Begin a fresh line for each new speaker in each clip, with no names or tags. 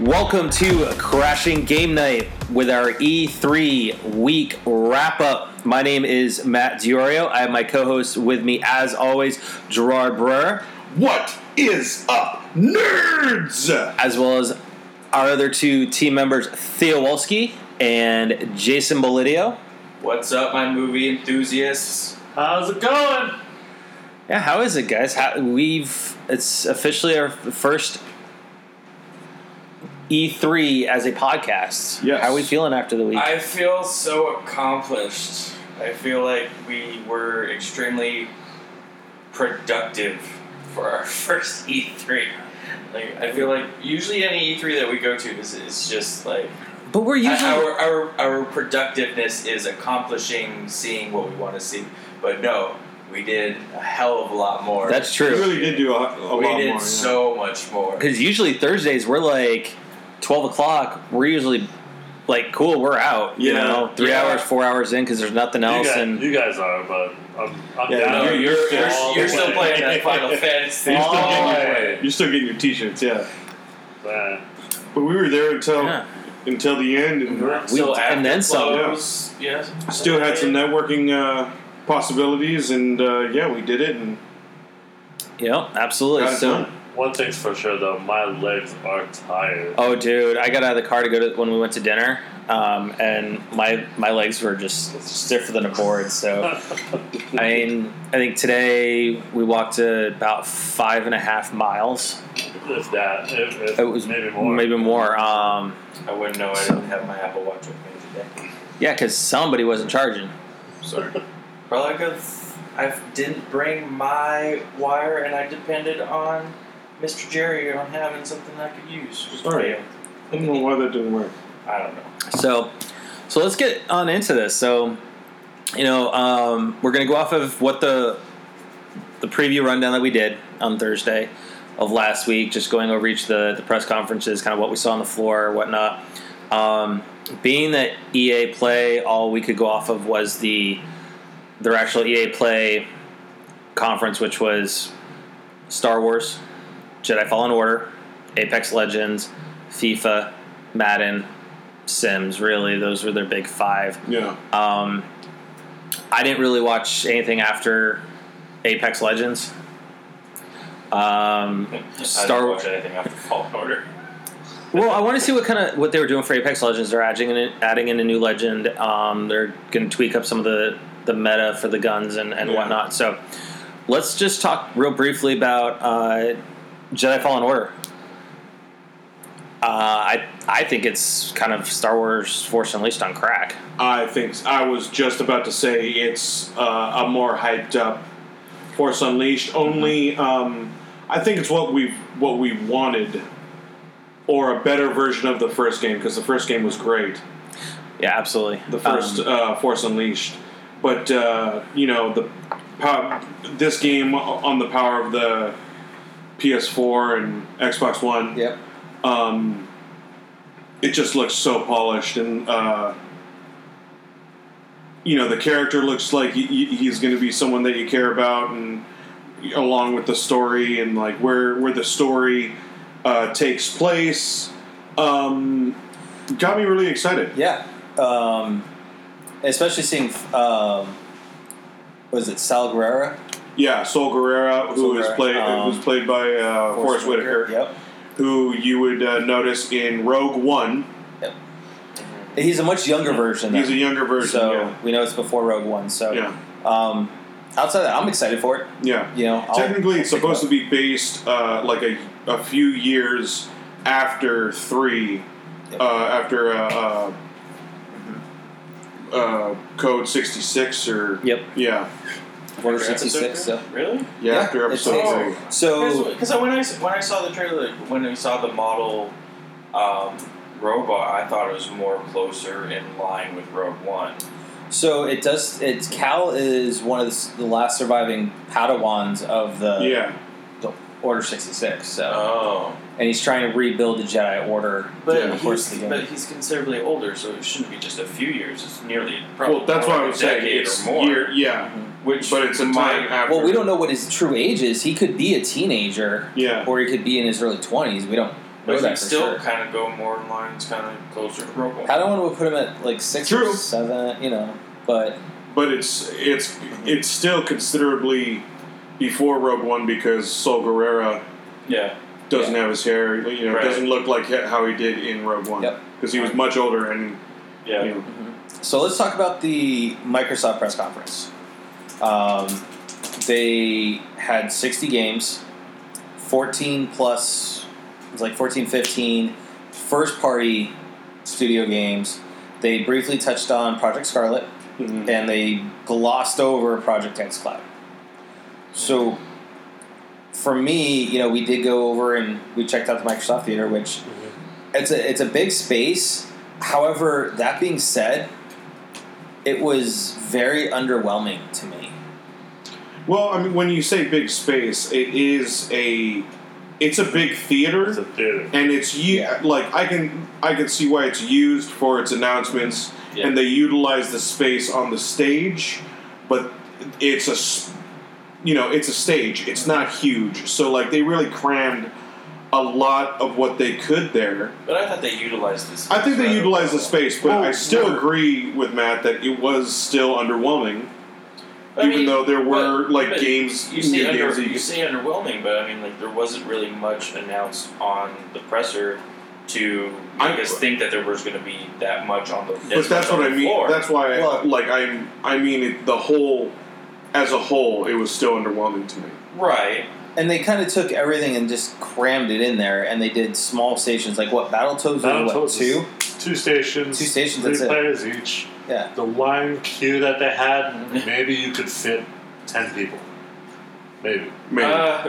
Welcome to Crashing Game Night with our E3 week wrap up. My name is Matt Diorio. I have my co host with me, as always, Gerard Brewer,
What is up, nerds?
as well as our other two team members, Theo Wolski and Jason Bolidio.
What's up, my movie enthusiasts?
How's it going?
Yeah, how is it, guys? How, we've it's officially our first E3 as a podcast.
Yes.
How are we feeling after the week?
I feel so accomplished. I feel like we were extremely productive for our first E3. Like, I feel like usually any E3 that we go to is, is just like
but we're usually
our, our our productiveness is accomplishing seeing what we want to see. But no, we did a hell of a lot more.
that's
We
true.
really did do a, a
we
lot
did
more. yeah.
so much more.
Because usually Thursdays we're like twelve o'clock. We're usually like, cool, we're out. You
Yeah.
know, three
Yeah.
hours, four hours in because there's nothing else.
you, guys,
and
you guys are, but I'm, I'm
Yeah,
down.
No,
you're-
you're,
you're
you're,
still-
you're, still playing that Final Fantasy. Oh,
You're still
all
getting
the
your-
way.
You're still getting your T-shirts, yeah.
Man,
But we were there until
Yeah.
until the end, and
Mm-hmm.
We-
Still
and
after
then some.
close, Yeah.
still had some networking uh, possibilities, and uh, yeah, we did it. And
yeah, absolutely.
got it
So,
done.
one thing's for sure though, my legs are tired.
oh, dude, I got out of the car to go to when we went to dinner, um, and my my legs were just stiffer than a board. So, I mean, I think today we walked uh, about five and a half miles.
if that, if, if
It was
maybe more.
Maybe more. Um,
I wouldn't know. I didn't have my Apple Watch with me today.
yeah, because somebody wasn't charging.
Sorry.
Probably because I didn't bring my wire, and I depended on Mr. Jerry on having something I could use. Just
Sorry.
real.
I don't know why that didn't work.
I don't know.
So, so let's get on into this. So, you know, um, we're going to go off of what the the preview rundown that we did on Thursday of last week, just going over each of the the press conferences, kind of what we saw on the floor, whatnot. Um, being that EA Play, all we could go off of was the their actual EA Play conference, which was Star Wars, Jedi Fallen Order, Apex Legends, FIFA, Madden, Sims. Really, those were their big five.
Yeah.
Um, I didn't really watch anything after Apex Legends. Um,
I
Star
didn't
Wars.
watch anything after Fallen Order.
Well, I want to see what kind of what they were doing for Apex Legends. They're adding in, adding in a new legend. Um, they're going to tweak up some of the the meta for the guns and, and
Yeah.
whatnot. So, let's just talk real briefly about uh, Jedi Fallen Order. Uh, I I think it's kind of Star Wars Force Unleashed on crack.
I think s- I was just about to say it's uh, a more hyped up Force Unleashed. Only um, I think it's what we what we wanted, or a better version of the first game because the first game was great,
Yeah, absolutely.
the first
Um,
uh, Force Unleashed. But uh, you know the pow- this game o- on the power of the PS4 and Xbox One
yep.
um, it just looks so polished and uh, you know the character looks like he, he- he's going to be someone that you care about and along with the story and like where where the story uh, takes place um, got me really excited
Yeah. Um, especially seeing, um, was it Sal Guerrero?
yeah Sol Guerrera
Sol
who is
Guerrera,
played
um,
was played by uh, Forrest Whitaker
Yep.
who you would uh, notice in Rogue One
He's a much younger version.
he's a
though.
younger version
So we know it's before Rogue One. So
yeah yeah
um, outside of that, I'm excited for it.
yeah
You know, I'll-
Technically, it's
I'll pick
supposed to be based uh, like a, a few years after three,
Yep.
uh, after uh, uh, uh, Code sixty six or
Yep.
yeah,
up Order 66. So.
Really?
yeah,
Yeah,
after
it's-
episode
it's-
three.
so
Because when I when I saw the trailer, like, when we saw the model um, robot, I thought it was more closer in line with Rogue One.
so it does. It's Cal is one of the, s- the last surviving Padawans of
Uh,
the
yeah,
Order 66. So
Oh,
and he's trying to rebuild the Jedi Order.
but
during the course
he's
of the game.
but he's considerably older, so it shouldn't be just a few years. It's nearly probably
well, that's why I
a
was
decade
saying it's
or more.
year, yeah,
which
but it's a
might-
time after.
Mhm. Well, we don't know what his true age is. He could be a teenager,
Yeah,
or he could be in his early twenties. We don't Knows
but
that
he'd
for
still
sure.
kind of go more in line. It's kind of closer to Robo.
I don't want to put him at like six or
True.
seven, you know. But
but it's it's it's still considerably before Rogue One because Sol Guerrera
Yeah,
doesn't have his hair. You know,
Right.
doesn't look like he- how he did in Rogue One
Yep.
because he was much older and
yeah.
you know,
Um, so let's talk about the Microsoft press conference. Um, they had 60 games, 14 plus, it was like 14, 15 first party studio games. They briefly touched on Project Scarlet
mhm.
and they glossed over Project X Cloud. So for me, you know, we did go over and we checked out the Microsoft Theater, which it's a it's a big space. However, that being said, it was very underwhelming to me.
well, I mean, when you say big space, it is a it's a big theater.
It's a theater.
and it's u-
Yeah.
like I can I can see why it's used for its announcements,
Yeah.
and they utilize the space on the stage, but it's a s- you know it's a stage. It's not huge, so like they really crammed a lot of what they could there.
But I thought they utilized this.
I think they
rather
utilized the
well.
space, but
Well,
I still
we're-
agree with Matt that it was still underwhelming,
I
even
mean,
though there were
but-
like
but
games,
You say,
new
under,
games that
you say underwhelming, but I mean, like there wasn't really much announced on the presser to
I-
make us think that there was going to be that much on the.
But that's what I mean.
Floor.
That's why, I,
Well-
like, I'm. I mean, it, the whole, as a whole, it was still underwhelming to me.
right.
And they kind of took everything and just crammed it in there, and they did small stations like what Battletoads was what
Battletoads
two?
Two stations.
Two stations,
Three
that's it.
players each.
Yeah. Mm-hmm.
The line queue that they had,
Mhm.
maybe you could fit ten people. Maybe.
Maybe.
Uh,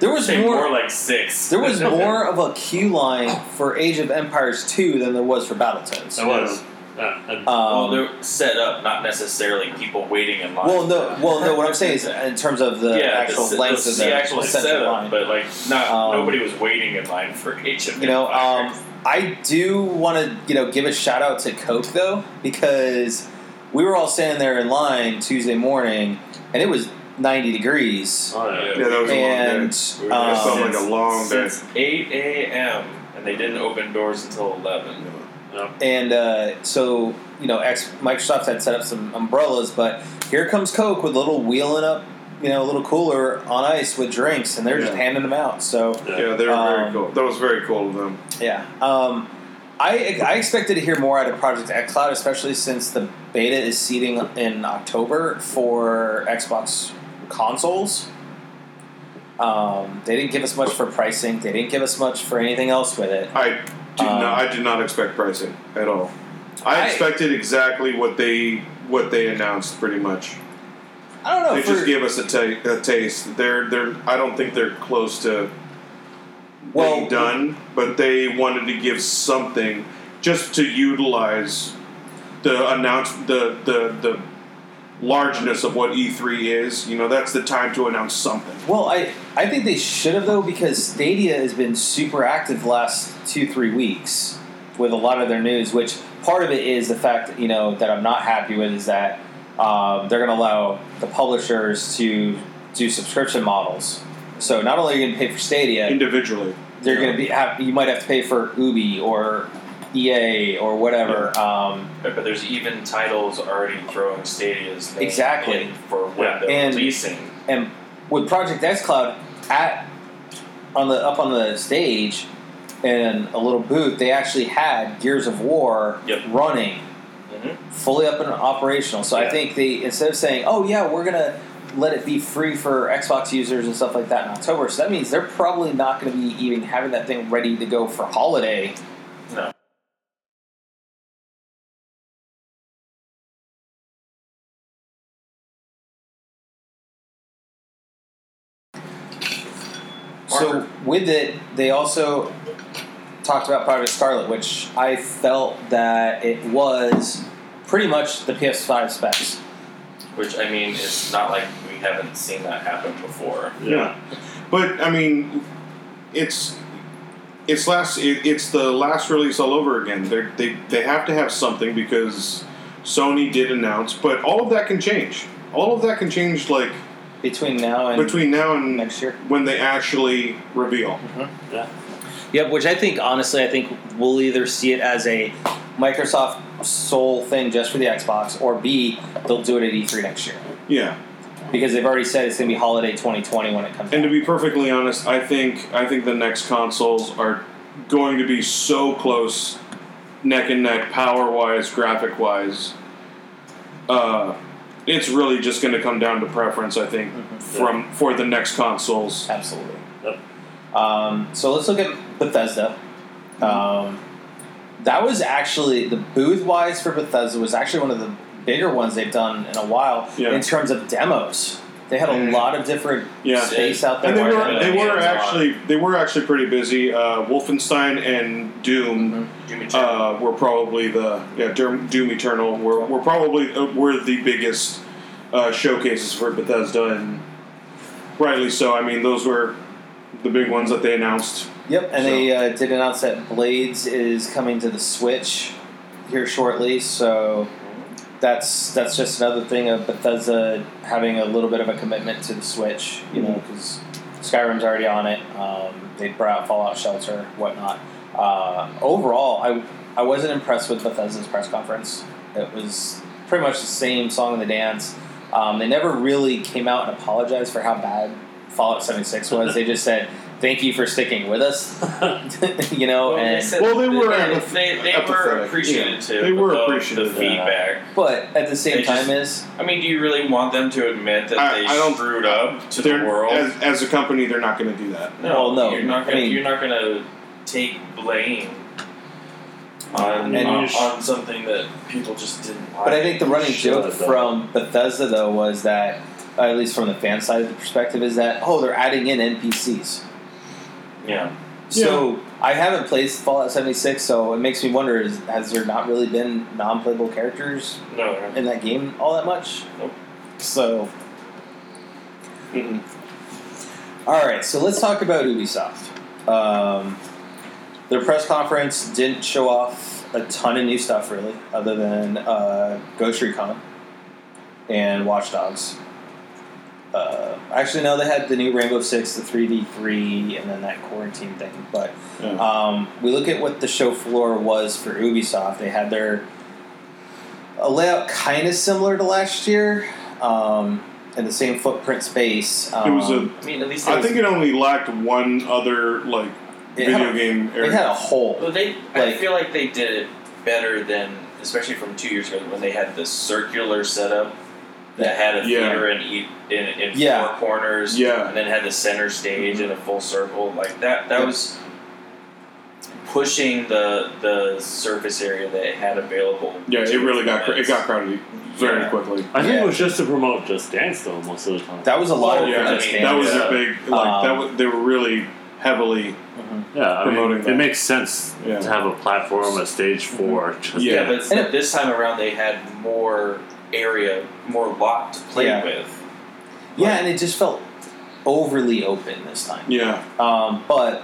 There was
say
more.
more like six.
there was more of a queue line for Age of Empires two than there was for Battletoads.
That was. Yeah, and
well,
Um,
they're set up, not necessarily people waiting in line.
well, no, well, no. What I'm saying is, in terms of the
yeah,
actual
the, se-
length
the,
of
the, actual
offensive
setup,
line,
but like not
Um,
nobody was waiting in line for each of
you know,
them.
um, I do want to, you know, give a shout out to Coke though, because we were all standing there in line Tuesday morning, and it was 90 degrees,
oh, yeah.
yeah, that was a long
and
day.
um,
That sounds like a long day.
since eight a.m. and they didn't open doors until eleven.
and uh, so you know, X, Microsoft had set up some umbrellas, but here comes Coke with a little wheeling up, you know, a little cooler on ice with drinks, and they're just
Yeah.
handing them out. So
Yeah, they were very
Um,
cool. That was very cool of them.
Yeah. Um, I, I expected to hear more out of Project X Cloud, especially since the beta is seating in October for Xbox consoles. Um, they didn't give us much for pricing. They didn't give us much for anything else with it.
I do
Um,
not. I did not expect pricing at all. I,
I-
expected exactly what they what they announced, pretty much.
I don't know.
they
Oh, for,
just gave us a, ta- a taste. They're they're. I don't think they're close to
well,
being done, but they wanted to give something just to utilize the announce the the the largeness of what E3 is. You know, that's the time to announce something.
Well, I I think they should have though because Stadia has been super active the last two three weeks with a lot of their news. Which part of it is the fact that, you know that I'm not happy with is that um, they're going to allow the publishers to do subscription models. So not only are you going to pay for Stadia,
Individually,
they're going to be have, you might have to pay for Ubi or EA or whatever. Um,
But there's even titles already throwing Stadia's name
Exactly.
in for when
Yeah.
they're
And-
releasing.
and with Project X Cloud at on the up on the stage in a little booth, they actually had Gears of War
Yep.
running
Mhm.
fully up and operational. So I
Yeah.
think they instead of saying, "Oh yeah, we're gonna let it be free for Xbox users and stuff like that in October," so that means they're probably not going to be even having that thing ready to go for holiday.
No.
So with it, they also talked about Project Scarlet, which I felt that it was pretty much the PS5 specs.
Which I mean, it's not like we haven't seen that happen before.
Yeah.
but I mean, it's it's last it, it's the last release all over again. They they they have to have something because Sony did announce, but all of that can change. All of that can change like
between now and
between now and
next year.
when they actually reveal.
Yeah.
Yep, which I think honestly, I think we'll either see it as a Microsoft sole thing just for the Xbox, or B, they'll do it at E3 next year
Yeah.
because they've already said it's going to be holiday 2020 when it comes.
And to
out.
be perfectly honest, I think I think the next consoles are going to be so close, neck and neck, power wise, graphic wise. Uh, it's really just going to come down to preference, I think,
Mm-hmm.
from for the next consoles.
Absolutely.
Yep.
Um, so let's look at Bethesda. Um, that was actually the booth wise for Bethesda was actually one of the bigger ones they've done in a while
Yeah.
in terms of demos. They had a
Mhm.
lot of different
Yeah.
space out there.
And they
where-
were they
Yeah,
were
it's a lot.
actually they were actually pretty busy. Uh, Wolfenstein and Doom.
Doom Eternal.
uh, were probably the yeah Doom, Doom Eternal were, were probably uh, were the biggest uh, showcases for Bethesda, and rightly so. I mean, those were the big ones that they announced.
Yep, and they uh, did announce that Blades is coming to the Switch here shortly. So that's that's just another thing of Bethesda having a little bit of a commitment to the Switch, you know, because Skyrim's already on it. Um, they brought out Fallout Shelter, whatnot. Uh, overall, I I wasn't impressed with Bethesda's press conference. It was pretty much the same song and the dance. Um, they never really came out and apologized for how bad Fallout 76 was. they just said, "Thank you for sticking with us," you know. Oh,
Well, they
and
said
Well, they
that
were empath-
they, they, were
empathetic,
appreciative
yeah.
too.
They were
of
appreciative,
the
yeah.
feedback.
but at the same
They just-
time, is
I mean, do you really want them to admit that
I-
they
I don't-
screwed up to the
They're-
world?
as, as a company, they're not going to do that.
Well, no,
you're not
I
gonna
mean-
you're not gonna take blame on
And
on,
you sh-
on something that people just didn't like.
But I think the running
Shut
joke
it down.
from Bethesda though was that, uh, at least from the fan side of the perspective, is that oh they're adding in NPCs.
yeah,
So I haven't played Fallout seventy six, so it makes me wonder: is, has there not really been non playable characters
no, they're-
in that game all that much?
Nope.
So mm-hmm. All right, so let's talk about Ubisoft. Um, their press conference didn't show off a ton of new stuff, really, other than uh, Ghost Recon and Watch Dogs. Uh, actually, no, they had the new Rainbow Six, the 3v3, and then that quarantine thing. But
Yeah.
um, we look at what the show floor was for Ubisoft. They had their a layout kind of similar to last year, um, in the same footprint space.
It
Um,
was a.
I mean, at least
I
they-
think it only lacked one other like
it had
video
a
game
It
area.
had a hole.
Well, they. I
Like-
feel like they did it better than, especially from two years ago when they had the circular setup that had a
Yeah.
theater in each in, in
Yeah.
four corners,
Yeah.
and then had the center stage in a full circle. Like that. That
Yep.
was pushing the the surface area they had available.
yeah,
to
it really got cr- it
its
got crowded very
Yeah.
quickly.
I think
Yeah.
it was just to promote Just Dance though most of the time.
That was a lot
Oh,
of
yeah.
fun
I mean,
games.
That was
Yeah.
a big like that.
Um,
Was, they were really heavily
Mhm.
yeah, I mean,
promoting that.
it makes sense
Yeah.
to have a platform, a stage
Mhm.
for just
Yeah.
Yeah, but
And it-
this time around they had more area, more lot to play
Yeah.
with.
Yeah, and it just felt overly open this time.
yeah.
Um, but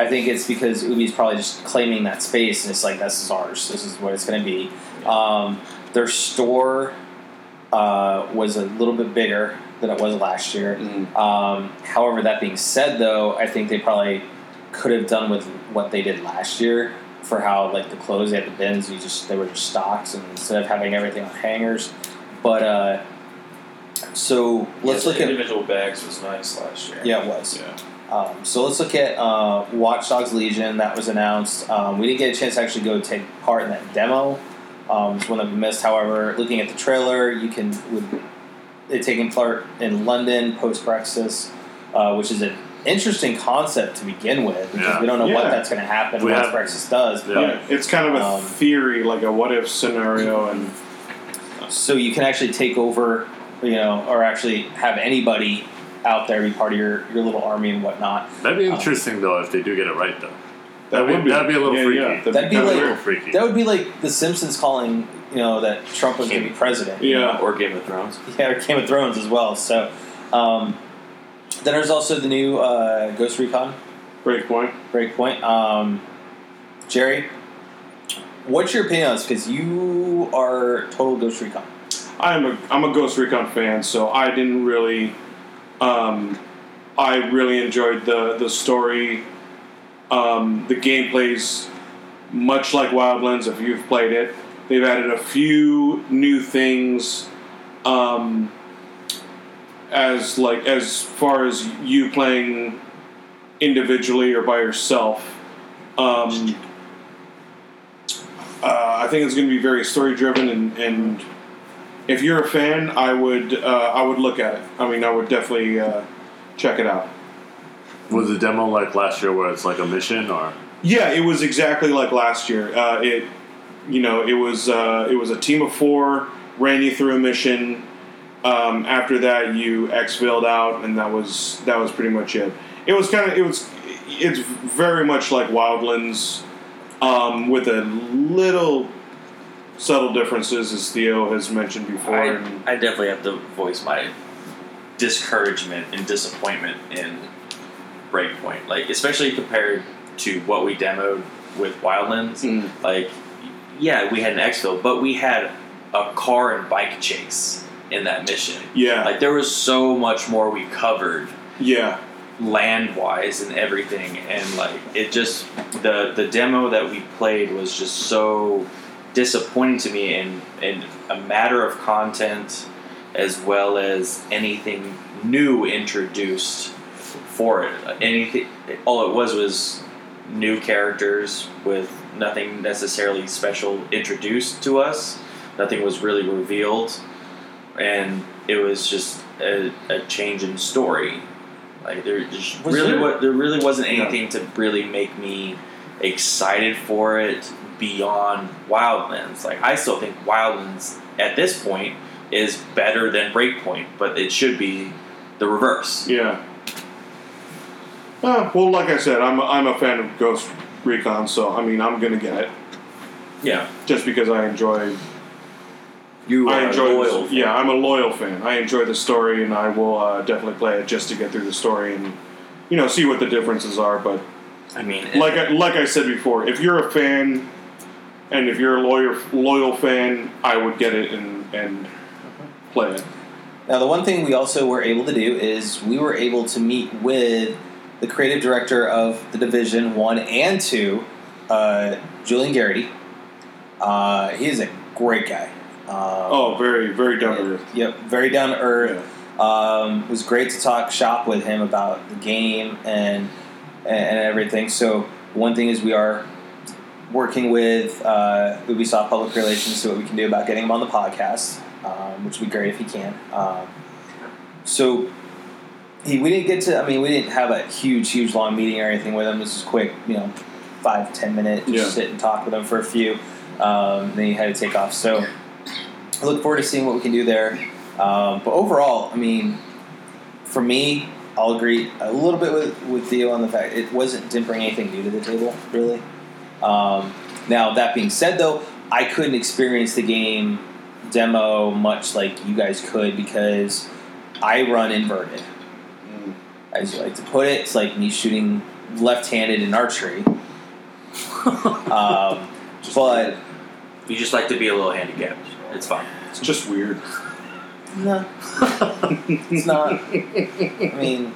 I think it's because Ubi's probably just claiming that space, and it's like this is ours. This is what it's going to be. Um, their store uh, was a little bit bigger than it was last year. Um, however, that being said, though, I think they probably could have done with what they did last year for how like the clothes they had the bins, you just they were just stocks, and instead of having everything on hangers. But uh, so let's
Yeah,
look
the
at
individual bags was nice last year.
yeah, it was.
Yeah.
Um, so let's look at uh, Watch Dogs Legion that was announced. Um, we didn't get a chance to actually go take part in that demo. Um, it's one that we missed. However, looking at the trailer, you can with it taking part in London post Brexit, uh, which is an interesting concept to begin with because
Yeah.
we don't know
Yeah.
what that's going to happen
We
once
have-
Brexit does.
Yeah.
Yeah, it's kind of a
Um,
theory, like a what if scenario, and
So you can actually take over, you know, or actually have anybody out there be part of your, your little army and whatnot.
That'd be
Um,
interesting though if they do get it right though.
that
That'd
would be
that'd be a little
yeah,
freaky.
Yeah,
That'd be
kinda
like-
a
weird.
little freaky.
That would be like The Simpsons calling, you know, that Trump was going to be president.
yeah,
Or Game of Thrones.
Yeah, or Game of Thrones as well. So, um, then there's also the new uh, Ghost Recon
breakpoint.
Breakpoint. Um, Jerry, what's your opinion on this? Because you are total Ghost Recon.
I'm a I'm a Ghost Recon fan, so I didn't really, um, I really enjoyed the the story Um, the gameplay's much like Wildlands, if you've played it. They've added a few new things. Um, as like as far as you playing individually or by yourself. Um, uh, I think it's going to be very story driven, and, and if you're a fan, I would uh, I would look at it. I mean, I would definitely uh, check it out.
Was the demo like last year where it's like a mission or?
Yeah, it was exactly like last year. Uh, it, you know, it was uh, it was a team of four ran you through a mission. Um, after that, you exfilled out, and that was that was pretty much it. It was kind of it was it's very much like Wildlands, um, with a little subtle differences, as Theo has mentioned before.
I,
and-
I definitely have to voice my discouragement and disappointment in Breakpoint, like especially compared to what we demoed with Wildlands. Like, yeah, we had an exfil, but we had a car and bike chase in that mission.
yeah,
Like, there was so much more we covered
yeah,
land wise and everything and like it just the the demo that we played was just so disappointing to me and and a matter of content as well as anything new introduced for it anything all it was was new characters with nothing necessarily special introduced to us nothing was really revealed and it was just a, a change in story like there just
Was
really
there-
what there really wasn't
Yeah.
anything to really make me excited for it beyond Wildlands. Like I still think Wildlands at this point is better than Breakpoint, but it should be the reverse.
yeah. Uh, well, like I said, I'm a, I'm a fan of Ghost Recon, so I mean, I'm gonna get it
Yeah,
just because I enjoy
you
I
are
enjoy.
loyal.
this- yeah, I'm a loyal fan. I enjoy the story, and I will uh, definitely play it just to get through the story and you know see what the differences are. But
I mean, it-
like I, like I said before, if you're a fan and if you're a lawyer loyal fan, I would get it and and play it.
Now, the one thing we also were able to do is we were able to meet with the creative director of the Division One and Two, uh, Julian Garrity. Uh, he is a great guy. Um,
Oh, very very down to earth.
yep, very down to earth.
Yeah.
Um, it was great to talk shop with him about the game and and everything. So one thing is we are working with uh, Ubisoft Public Relations to see what we can do about getting him on the podcast, um, which would be great if he can. Um, so he, we didn't get to. I mean, we didn't have a huge, huge long meeting or anything with him. This was quick, you know, five ten minutes. Just
Yeah.
sit and talk with him for a few. Um, then he had to take off. So I look forward to seeing what we can do there. Um, but overall, I mean, for me, I'll agree a little bit with, with Theo on the fact it wasn't didn't bring anything new to the table, really. Um, now that being said, though, I couldn't experience the game demo much like you guys could because I run inverted,
Mm.
as you like to put it. It's like me shooting left-handed in archery. Um, but
you just like to be a little handicapped. It's fine.
It's just weird.
no, it's not. I mean,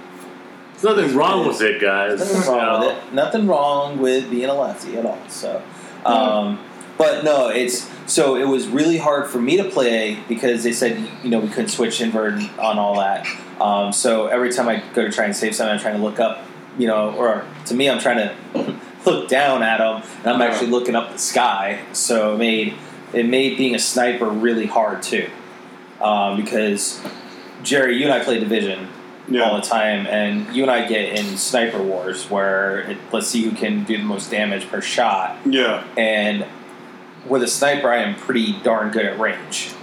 There's nothing wrong with it, guys.
Nothing wrong with it. Nothing wrong with being a lefty at all. So, um, but no, it's so it was really hard for me to play because they said you know we couldn't switch invert on all that. Um, so every time I go to try and save something, I'm trying to look up, you know, or to me, I'm trying to look down at them, and I'm
Yeah.
actually looking up the sky. So it made it made being a sniper really hard too, um, because Jerry, you and I play division all
Yeah,
the time, and you and I get in sniper wars where it, let's see who can do the most damage per shot.
yeah,
And with a sniper, I am pretty darn good at range,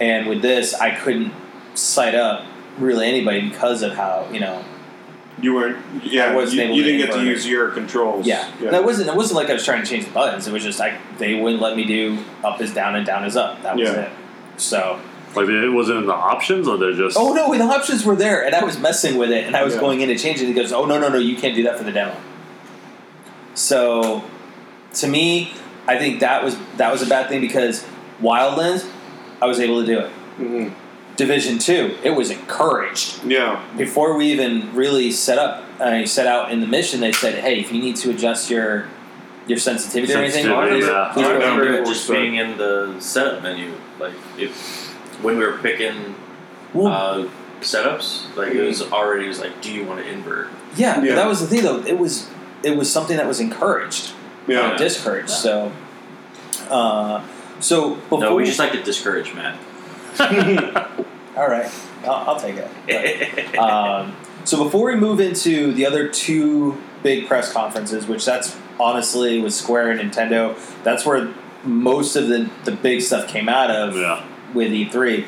and with this, I couldn't sight up really anybody because of how you know.
you weren't. Yeah,
I wasn't
you,
able
you
to
didn't get to
invert it.
use your controls.
Yeah, And it wasn't it wasn't like I was trying to change the buttons. It was just like they wouldn't let me do up is down and down is up. That was
Yeah.
it. So
Like it wasn't in the options, or they're just.
oh no, the options were there, and I was messing with it, and I was
Yeah.
going in to change it. He goes, oh no no no, you can't do that for the demo. So, to me, I think that was that was a bad thing because Wildlands, I was able to do it.
hmm
Mm-hmm.
Division two, it was encouraged
yeah,
before we even really set up. I set out in the mission, they said, "Hey, if you need to adjust your your sensitivity, or
Sensitivity,
anything,
yeah.
please
I
go ahead and do
remember
it."
it just being in the setup menu. Like if when we were picking
Well,
uh, setups, like it was already it was like, do you want to invert?
yeah, but
Yeah.
that was the thing though. It was it was something that was encouraged,
Yeah.
not discouraged. So, uh, so before
No, we just like to discourage Matt.
all right, I'll, I'll take it. um, so before we move into the other two big press conferences, which that's honestly with Square and Nintendo, that's where most of the, the big stuff came out of
Yeah.
with E3.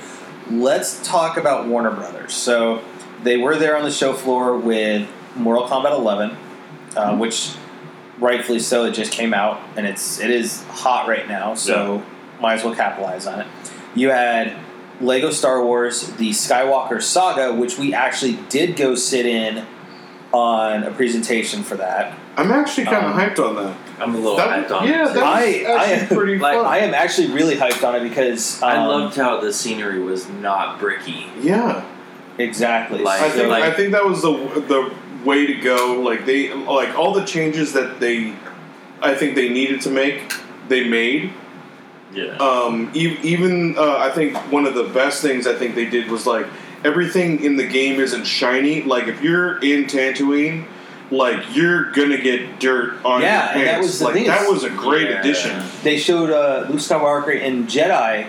Let's talk about Warner Brothers. So they were there on the show floor with Mortal Kombat 11, uh, which rightfully so, it just came out and it's it is hot right now. So might as well capitalize on it. You had Lego Star Wars: The Skywalker Saga, which we actually did go sit in on a presentation for that.
I'm actually kind of
Um,
hyped on that.
I'm a
Oh,
little
That-
hyped on
yeah,
it.
that
too.
was
I- I-
actually pretty
like,
fun.
I am actually really hyped on it because um,
I loved how the scenery was not bricky.
yeah,
exactly.
Like-
I think
So-
I think that was the the way to go. Like they like all the changes that they, I think they needed to make, they made.
Yeah.
Um, e- even uh, I think one of the best things I think they did was like everything in the game isn't shiny. Like if you're in Tatooine, like you're gonna get dirt on
Yeah, and
your
that
pants.
was the
like
thing
that
is-
was a great
Yeah.
addition.
they showed uh, Luke Skywalker in Jedi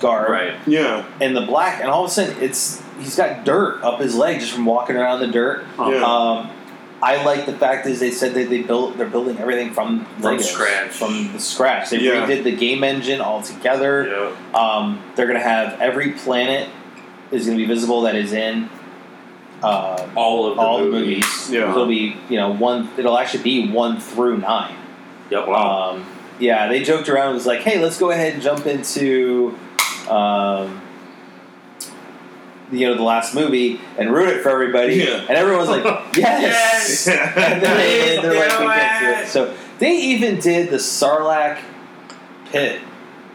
garb
Right.
Yeah,
and the black, and all of a sudden it's he's got dirt up his leg just from walking around in the dirt.
Oh.
yeah.
Um, I like the fact is they said that they built they're building everything from
From
Legos,
scratch.
from the scratch. They
Yeah.
redid the game engine altogether.
yeah.
Um, they're gonna have every planet is gonna be visible that is in. Um,
All of the
all the
movies.
movies,
Yeah.
it'll be you know one. It'll actually be one through nine.
Yep.
Um, yeah, they joked around. It was like, hey, let's go ahead and jump into, um, you know, the last movie and ruin it for everybody.
Yeah.
And everyone's like, yes. and then they,
Yes,
they're like,
do
we can't do
it."
it. So they even did the Sarlacc pit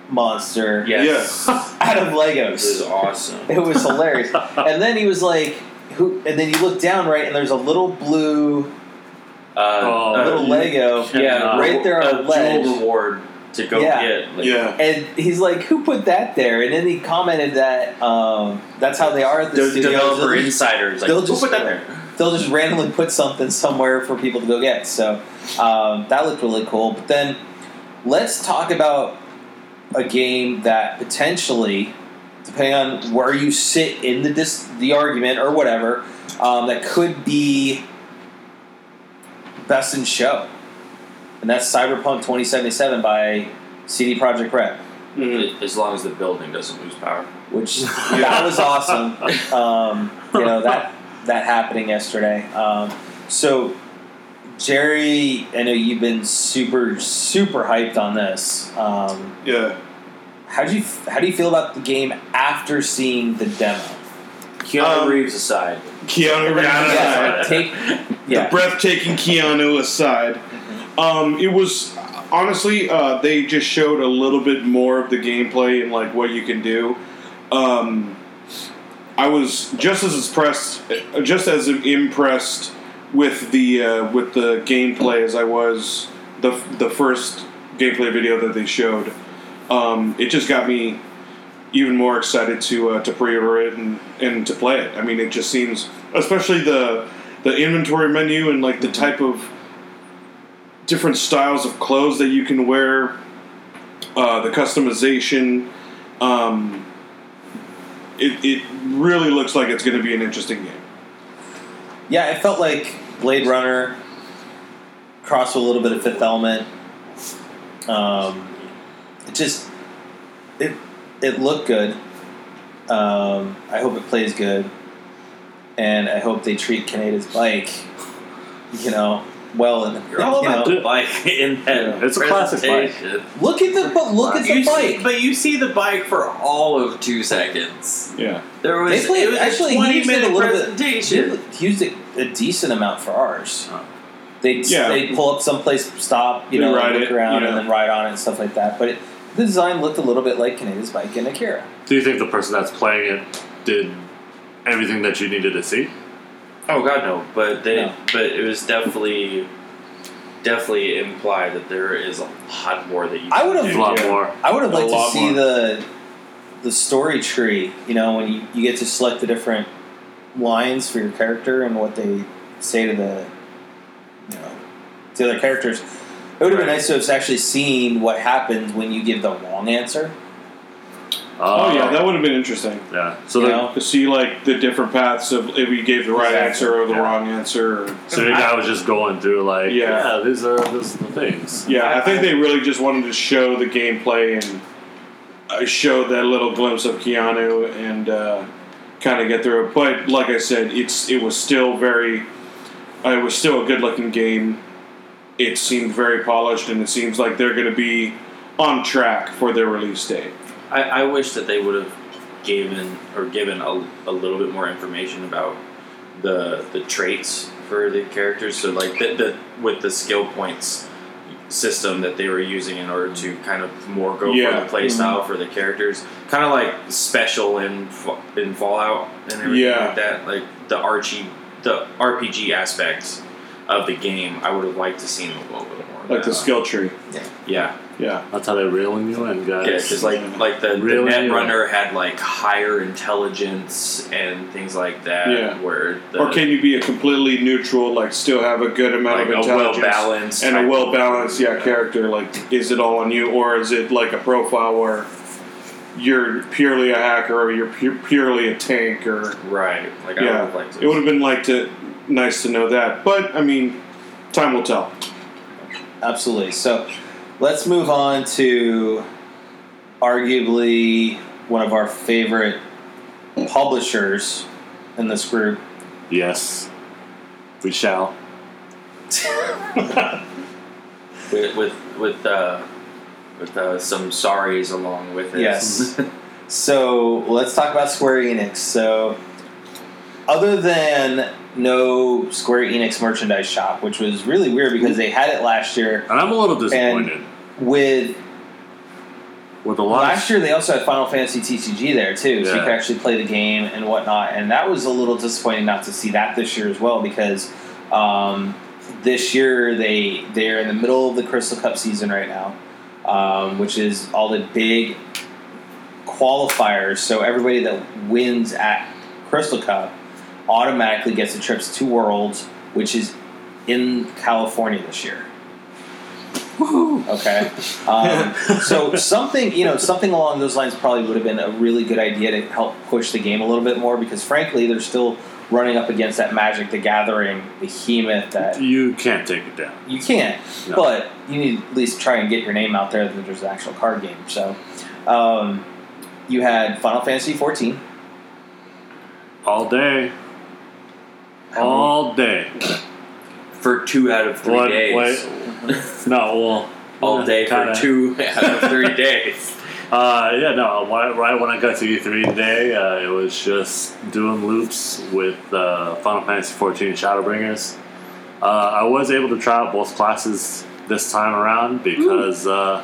monster
Yes.
out of
This is
Legos.
awesome.
It was hilarious. and then he was like, who? And then you look down right, and there's a little blue
Uh,
Oh,
uh,
little
you
Lego.
Yeah,
Uh,
right there on
a
the ledge.
Jewel reward to go
Yeah.
get. Like,
yeah.
And he's like, "Who put that there?" And then he commented that um, that's how they are at the
The
studios.
developer
They'll-
insiders. Like,
they'll
who
just-
put that there?
They'll just randomly put something somewhere for people to go get. So um, that looked really cool. But then let's talk about a game that potentially, depending on where you sit in the dis- the argument or whatever, um, that could be best in show, and that's Cyberpunk 2077 by CD Projekt Red.
Mhm.
As long as the building doesn't lose power.
which that was awesome. Um, you know that that happening yesterday. Um, so, Jerry, I know you've been super super hyped on this. Um,
Yeah.
how do you how do you feel about the game after seeing the demo?
Keanu
Um,
Reeves aside.
Keanu Reeves.
Yeah,
yeah,
that's
take
The
yeah.
breathtaking Keanu aside, um, it was honestly uh, they just showed a little bit more of the gameplay and like what you can do. Um, I was just as impressed, just as impressed with the uh, with the gameplay as I was the the first gameplay video that they showed. Um, it just got me even more excited to uh, to pre-order it and, and to play it. I mean, it just seems, especially the the inventory menu and like the type of different styles of clothes that you can wear, uh, the customization. Um, it it really looks like it's going to be an interesting game.
Yeah, it felt like Blade Runner crossed with a little bit of Fifth Element. Um, it just it it looked good. Um, I hope it plays good, and I hope they treat Kaneda's bike, you know, well. And you
You're all about
know,
the bike in that
It's a classic bike.
presentation.
look at the but look at the
You see-
bike.
but you see the bike for all of two seconds.
Yeah,
There was,
They played-
it was
actually, he
a 20
used it a
minute
little bit-
presentation.
He used a, a decent amount for ours.
Oh.
They
Yeah.
they pull up someplace, stop, you
They
know,
ride
look
it,
around,
yeah.
and then ride on it and stuff like that. But it, the design looked a little bit like Kaneda's bike in Akira.
Do you think the person that's playing it did everything that you needed to see?
Oh God, no! But they,
No.
but it was definitely, definitely implied that there is a lot more that you.
I would
can
have
A
do.
lot
Yeah.
more.
I would have
A
liked to
lot
see
more.
the the story tree. You know, when you, you get to select the different lines for your character and what they say to the you know to the other characters. It would have been
Right.
nice to have actually seen what happens when you give the wrong answer.
Uh,
Oh, yeah, that would have been interesting
yeah. So
you
the,
know,
to see like the different paths of if you gave the right
Exactly.
answer or the
Yeah.
wrong answer. Or,
so maybe I was just going through like,
Yeah.
yeah, these are these are the things.
yeah, I think they really just wanted to show the gameplay and uh, show that little glimpse of Keanu and uh, kind of get through it. But like I said, it's it was still very, uh, it was still a good looking game. It seemed very polished, and it seems like they're going to be on track for their release date.
I, I wish that they would have given or given a, a little bit more information about the the traits for the characters. So like the, the with the skill points system that they were using in order to kind of more go
Yeah. mhm.
for the play style for the characters, kind of like special in Fa- in Fallout and everything
Yeah.
like that. Like the Archie the RPG aspects of the game, I would have liked to seen a little bit more. of
Like the
that.
skill tree.
yeah.
Yeah.
That's how they're reeling you in, guys.
Yeah, because like like the,
Really?
the Netrunner had like higher intelligence and things like that.
Yeah.
Where the,
Or can you be a completely neutral, like still have a good amount
like
of
a
intelligence
well balanced
and a well balanced, yeah, character? Like, is it all on you, or is it like a profile where you're purely a hacker or you're pu- purely a tank? Or
Right. Like I
Yeah.
would like to.
it would have been like to nice to know that, but I mean, time will tell.
absolutely. So let's move on to arguably one of our favorite publishers in this group,
yes, we shall.
with with with, uh, with uh, some sorries along with it.
Yes. So let's talk about Square Enix. So, other than no Square Enix merchandise shop, which was really weird because they had it last year
And I'm a little disappointed
with
with a lot.
last year they also had Final Fantasy TCG there too, so you
Yeah.
could actually play the game and whatnot. And that was a little disappointing not to see that this year as well because um, this year they they're in the middle of the Crystal Cup season right now, um, which is all the big qualifiers. So everybody that wins at Crystal Cup automatically gets the trips to Worlds, which is in California this year. Okay. Um, so something, you know, something along those lines probably would have been a really good idea to help push the game a little bit more because frankly, they're still running up against that Magic the Gathering behemoth that
you can't take it down.
you can't.
No.
But you need to at least try and get your name out there that there's an actual card game. So um, you had Final Fantasy 14.
all day, all day.
For two out of three
One
days.
wait, no, well,
All day
kinda.
for two out of three days.
Uh, yeah, no. Right, right when I got to E3 today, uh, it was just doing loops with uh, Final Fantasy 14 Shadowbringers. Uh, I was able to try out both classes this time around because, uh,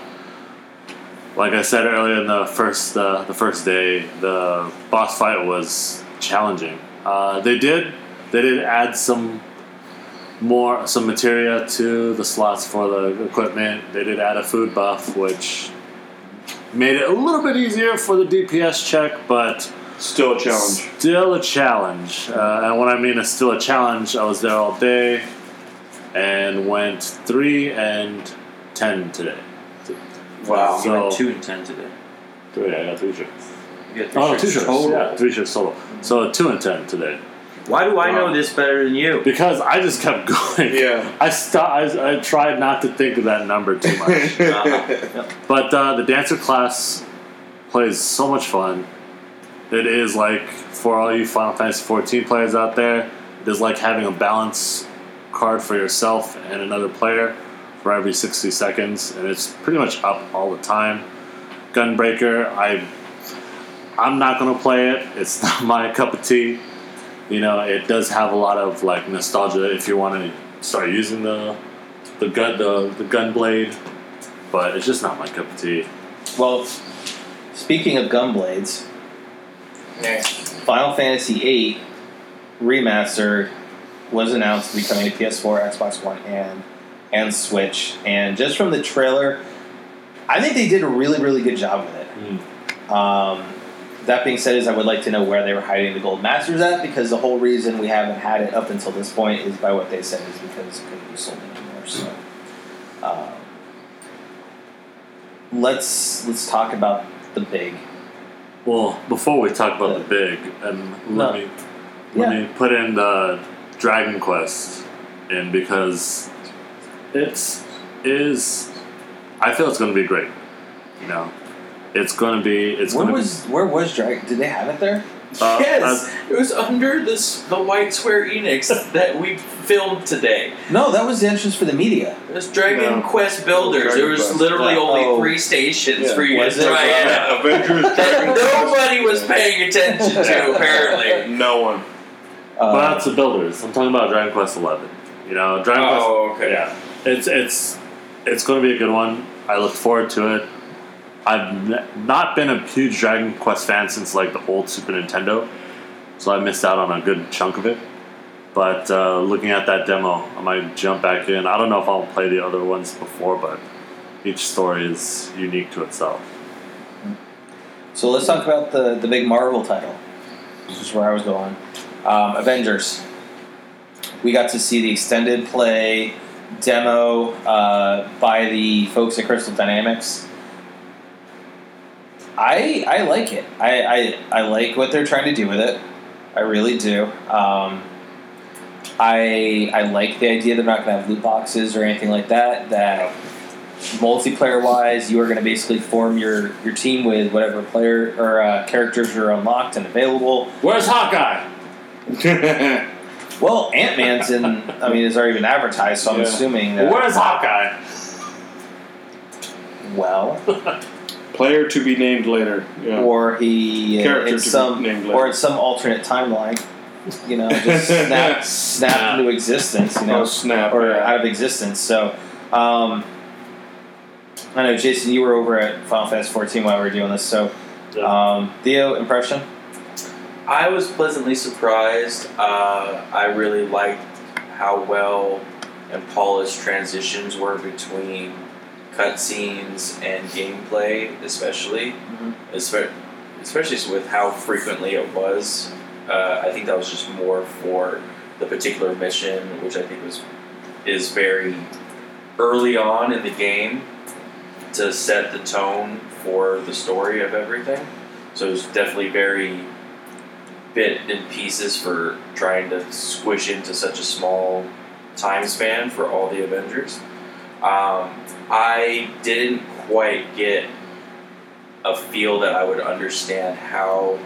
like I said earlier in the first uh, the first day, the boss fight was challenging. Uh, they did they did add some more some materia to the slots for the equipment. They did add a food buff, which made it a little bit easier for the DPS check, but
Still a challenge.
still a challenge. Uh, and when I mean it's still a challenge, I was there all day and went three and ten today.
Wow.
So-
two and ten today.
Three, I got three shifts.
You got three
Oh,
shirts
two shifts.
total.
Yeah, three shifts total. So two and ten today
Why do I
Wow.
know this better than you?
because I just kept going.
Yeah.
I stopped. I, I tried not to think of that number too much. But uh, the dancer class plays so much fun. It is like for all you Final Fantasy 14 players out there, it is like having a balance card for yourself and another player for every 60 seconds, and it's pretty much up all the time. Gunbreaker, I I'm not gonna play it. It's not my cup of tea. You know, it does have a lot of like nostalgia if you want to start using the the gun the, the gun blade but it's just not my cup of tea.
Well, speaking of Gunblades,
Yeah.
Final Fantasy VIII Remaster was announced to be coming to PS4, Xbox One, and and Switch. And just from the trailer, I think they did a really, really good job with it. Um, that being said, is I would like to know where they were hiding the gold masters at because the whole reason we haven't had it up until this point is by what they said is because it couldn't be sold anymore. So. Um, Let's let's talk about the big.
Well, before we talk about the big, and
No.
let me let
Yeah.
me put in the Dragon Quest in because it's is I feel it's going to be great. You know, it's going to be it's
Where
going to
was where was Dragon? Did they have it there?
Uh,
yes, it was under this the White Square Enix that we filmed today.
No, that was the entrance for the media.
It was Dragon
No.
Quest Builders.
Dragon
there was
Quest.
literally
Yeah.
only
Oh.
three stations
Yeah.
for you
Was
to
it?
try it
Yeah.
out.
Avengers Dragon
That nobody was
Quest.
paying attention to apparently.
No one.
Uh,
but that's the builders. I'm talking about Dragon Quest Eleven. You know, Dragon Quest
Oh, okay.
Yeah, it's it's it's going to be a good one. I look forward to it. I've n- not been a huge Dragon Quest fan since like the old Super Nintendo, so I missed out on a good chunk of it. But uh, looking at that demo, I might jump back in. I don't know if I'll play the other ones before, but each story is unique to itself.
So let's talk about the, the big Marvel title. This is where I was going. Um, Avengers. We got to see the extended play demo uh, by the folks at Crystal Dynamics. I I like it. I, I I like what they're trying to do with it. I really do. Um, I I like the idea they're not going to have loot boxes or anything like that. That multiplayer wise, you are going to basically form your, your team with whatever player or uh, characters are unlocked and available.
Where's Hawkeye?
Well, Ant Man's in. I mean, it's already been advertised, so I'm
Yeah.
assuming that.
Where's Hawkeye?
Well,
Player to be named later. Yeah.
or he
Character
in
to be
some
named later.
or in some alternate timeline, you know, just snap
Snap.
snap into existence, you know,
Oh snap!
or
yeah.
out of existence. So, um, I know Jason, you were over at Final Fantasy 14 while we were doing this. So, um, Theo impression.
Uh, I was pleasantly surprised. Uh, I really liked how well and polished transitions were between cutscenes and gameplay, especially,
Mhm.
Espe- especially with how frequently it was. Uh, I think that was just more for the particular mission, which I think was is very early on in the game to set the tone for the story of everything. So it was definitely very bit in pieces for trying to squish into such a small time span for all the Avengers. Um, I didn't quite get a feel that I would understand how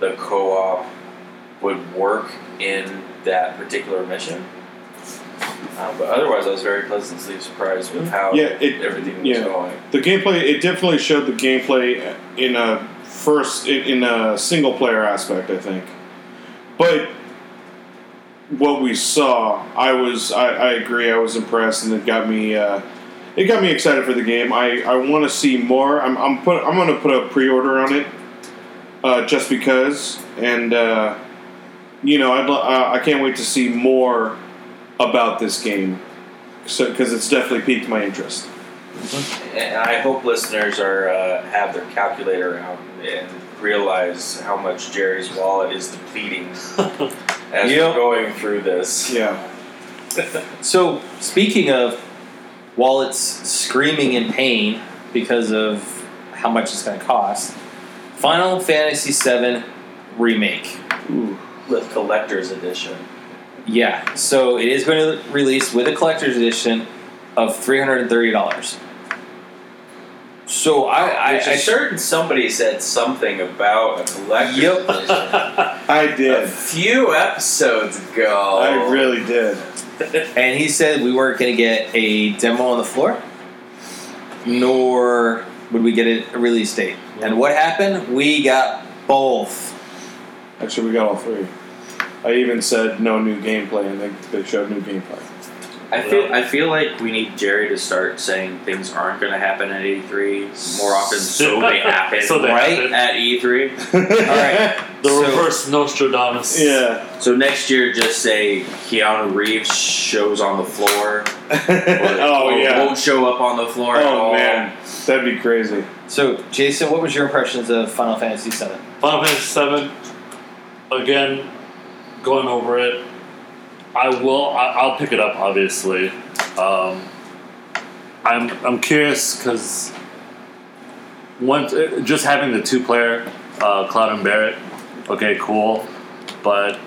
the co op would work in that particular mission. Um, but otherwise, I was very pleasantly surprised with how
Mm-hmm. Yeah, it-
everything
yeah.
was going.
The gameplay it definitely showed the gameplay in a first in, in a single player aspect, I think. But what we saw, I was I, I agree, I was impressed, and it got me uh, it got me excited for the game. I, I want to see more. I'm I'm put I'm gonna put a pre order on it, uh, just because, and uh, you know I'd, lo- uh, I can't wait to see more about this game, so because it's definitely piqued my interest.
And I hope listeners are uh, have their calculator out and realize how much Jerry's wallet is depleting as
Yep.
we're going through this.
Yeah.
So, speaking of wallets screaming in pain because of how much it's going to cost, Final Fantasy VII Remake.
With collector's edition.
Yeah, so it is going to release with a collector's edition of $330. So, I. I,
Which
I
I'm certain somebody said something about a collector's
Yep.
edition
I
a
did.
few episodes ago.
I really did.
and he said we weren't going to get a demo on the floor, nor would we get a release date. And what happened? We got both.
Actually, we got all three. I even said no new gameplay, and they, they showed new gameplay.
I feel I feel like we need Jerry to start saying things aren't going to happen at E3 more often, so they happen
So they
right
happen.
at E E3.
right.
The
So-
reverse Nostradamus.
Yeah.
So next year, just say Keanu Reeves shows on the floor, or,
Oh,
or
yeah.
won't show up on the floor at
Oh
all.
man, that'd be crazy.
So, Jason, what was your impressions of Final Fantasy VII?
Final Fantasy VII. Again, going over it. I will. I, I'll pick it up. Obviously, um, I'm. I'm curious because once it- just having the two player uh, Cloud and Barrett. Okay, cool. But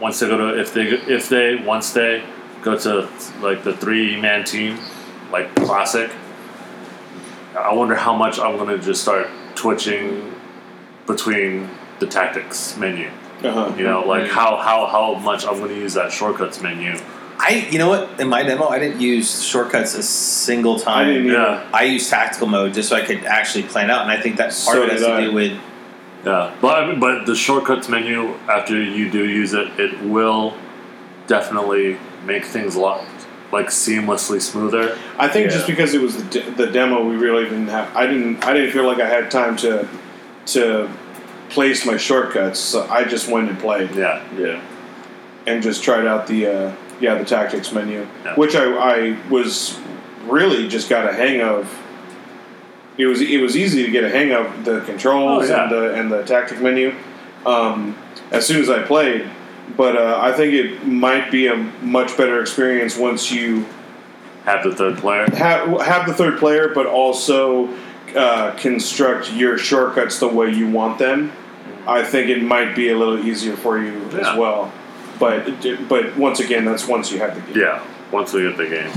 once they go to if they if they once they go to like the three man team, like classic. I wonder how much I'm gonna just start twitching between the tactics menu.
Uh-huh.
You know, like how how how much I'm going to use that shortcuts menu.
I, you know what? In my demo, I didn't use shortcuts a single
I
time.
didn't even.
Yeah,
I used tactical mode just so I could actually plan out, and I think that part
So
of it has
did
to
I.
do with
yeah. But I mean, but the shortcuts menu after you do use it, it will definitely make things a lot like seamlessly smoother.
I think just
Yeah.
because it was the, de- the demo, we really didn't have. I didn't. I didn't feel like I had time to to place my shortcuts. So I just went and played
Yeah,
yeah. and just tried out the uh, yeah the tactics menu,
Yeah.
which I, I was really just got a hang of. It was it was easy to get a hang of the controls
Oh, yeah.
and the and the tactic menu um, as soon as I played, but uh, I think it might be a much better experience once you
have the third player.
have, have the third player, but also uh, construct your shortcuts the way you want them. I think it might be a little easier for you
Mm-hmm. Yeah.
as well. But but once again, that's once you have the game.
Yeah, once we get the game.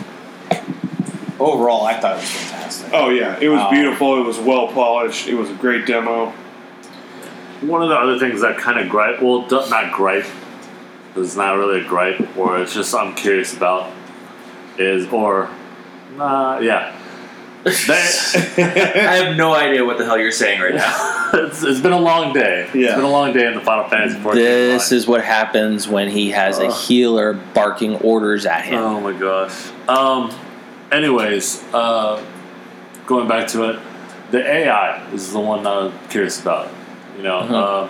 overall. I thought it was fantastic.
Oh yeah, it was
Um,
beautiful. It was well polished. It was a great demo.
One of the other things that kind of gripe, well, d- not gripe, it's not really a gripe, or it's just I'm curious about, is, or, uh, yeah. That-
I have no idea what the hell you're saying right now.
it's, it's been a long day. It's
Yeah.
been a long day in the Final Fantasy XIV.
This
line.
is what happens when he has a
Ugh.
healer barking orders at him.
Oh my gosh. Um, anyways, uh, going back to it, the AI is the one that I'm curious about. You know,
Uh-huh.
uh,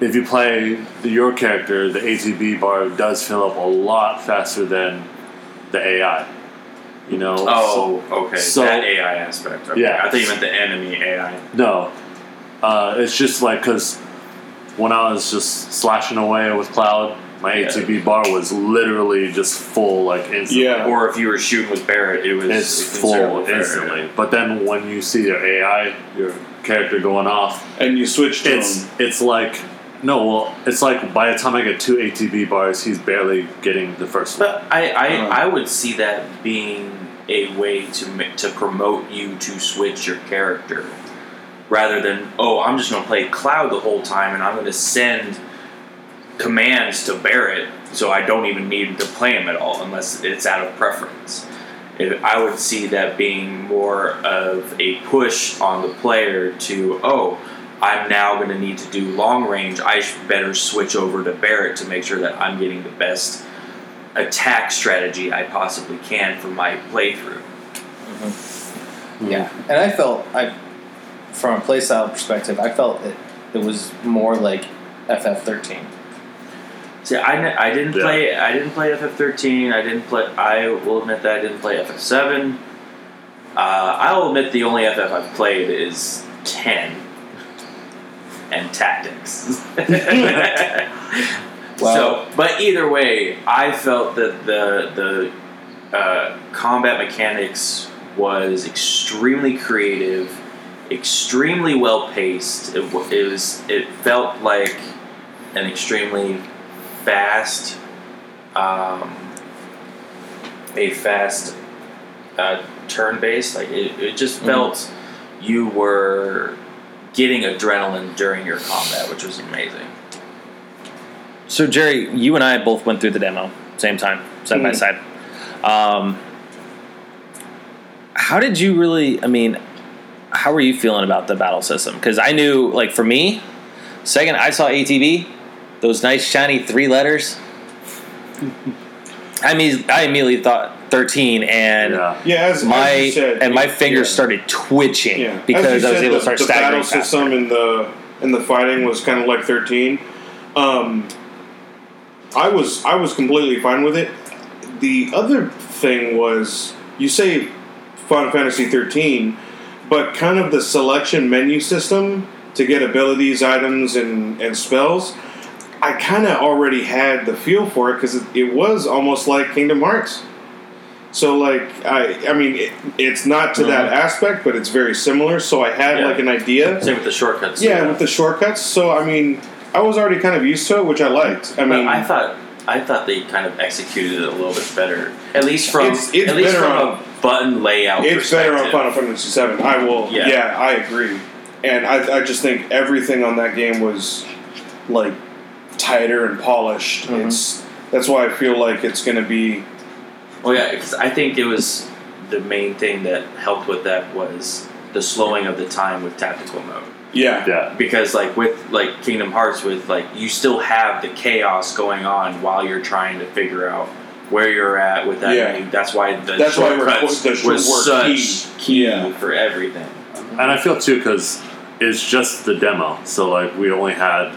if you play the, your character, the ATB bar does fill up a lot faster than the AI. You know,
Oh, okay.
so-
that AI aspect. Okay.
Yeah.
I thought you meant the enemy AI.
No, uh, it's just like because when I was just slashing away with Cloud, my
Yeah.
ATB bar was literally just full, like instantly.
Yeah.
Or if you were shooting with Barrett, it was
it's
it was terrible
full
Barrett.
instantly. But then when you see your AI, your character going off,
And you switched to
it's
them.
it's like no, well, it's like by the time I get two ATB bars, he's barely getting the first one.
But I, I,
Uh.
I would see that being a way to ma- to promote you to switch your character, rather than oh I'm just going to play Cloud the whole time and I'm going to send commands to Barrett, so I don't even need to play him at all unless it's out of preference. It, I would see that being more of a push on the player to oh. I'm now going to need to do long range. I sh- better switch over to Barrett to make sure that I'm getting the best attack strategy I possibly can for my playthrough.
Yeah, and I felt I, from a playstyle perspective, I felt that it was more like FF13.
See, I, ne- I didn't
Yeah.
play I didn't play FF13. I didn't play. I will admit that I didn't play FF7. Uh, I will admit the only FF I've played is 10 and Tactics.
Well-
so, but either way, I felt that the the uh, combat mechanics was extremely creative, extremely well paced. It, wa- it was it felt like an extremely fast, um, a fast uh, turn based. Like it, it just felt you were getting adrenaline during your combat, which was amazing.
So Jerry, you and I both went through the demo same time, side by
Mhm.
side. Um, how did you really? I mean, how were you feeling about the battle system? Because I knew, like for me, second I saw ATV, those nice shiny three letters. I mean, I immediately thought
13, and
yeah.
Yeah, as,
my
as you said,
and my
yeah.
fingers started twitching
Yeah. As
because
you
I was
said,
able
the,
to start
the
staggering.
battle system in the in the fighting was kind of like thirteen. Um, I was I was completely fine with it. The other thing was you say Final Fantasy thirteen, but kind of the selection menu system to get abilities, items, and and spells. I kind of already had the feel for it because it, it was almost like Kingdom Hearts. So like I I mean it, it's not to that aspect, but it's very similar. So I had
Yeah.
like an idea.
Same with the shortcuts.
Yeah, with the shortcuts. So I mean, I was already kind of used to it, which I liked. I
but
mean,
I thought I thought they kind of executed it a little bit better, at least from
It's- it's
at least
better
from
on-
a button layout.
it's better on Final
perspective.
Fantasy Seven. I will.
Yeah.
Yeah, I agree. And I I just think everything on that game was like tighter and polished. It's that's why I feel like it's going to be
Well, yeah, because I think it was the main thing that helped with that was the slowing of the time with tactical mode.
yeah
Yeah.
Because like with like Kingdom Hearts, with like you still have the chaos going on while you're trying to figure out where you're at with that.
Yeah.
menu. that's why the
That's why we're-
shortcuts
the short
was
word
such key,
Yeah.
for everything.
And I feel too because it's just the demo, so like we only had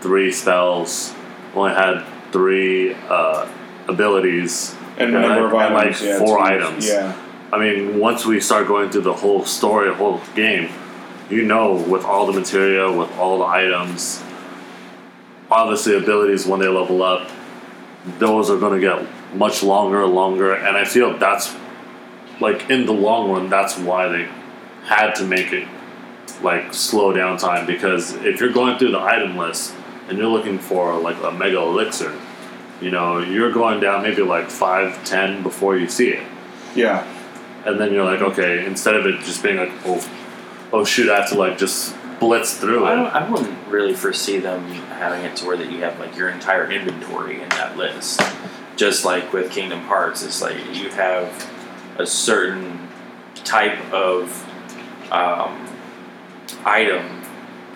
three spells, only had three uh, abilities.
and the
And
number
like-
of
and like
items. yeah,
four
it's-
items.
Yeah,
I mean, once we start going through the whole story, whole game, you know, with all the material, with all the items, obviously abilities when they level up, those are going to get much longer, longer, and I feel that's like in the long run, that's why they had to make it like slow down time because if you're going through the item list and you're looking for like a mega elixir, you know, you're going down maybe like five, ten before you see it
yeah,
and then you're like, okay, instead of it just being like, oh, oh shoot, I have to like just blitz through
I, don't,
it.
I wouldn't really foresee them having it to where that you have like your entire inventory in that list. Just like with Kingdom Hearts, it's like you have a certain type of um, item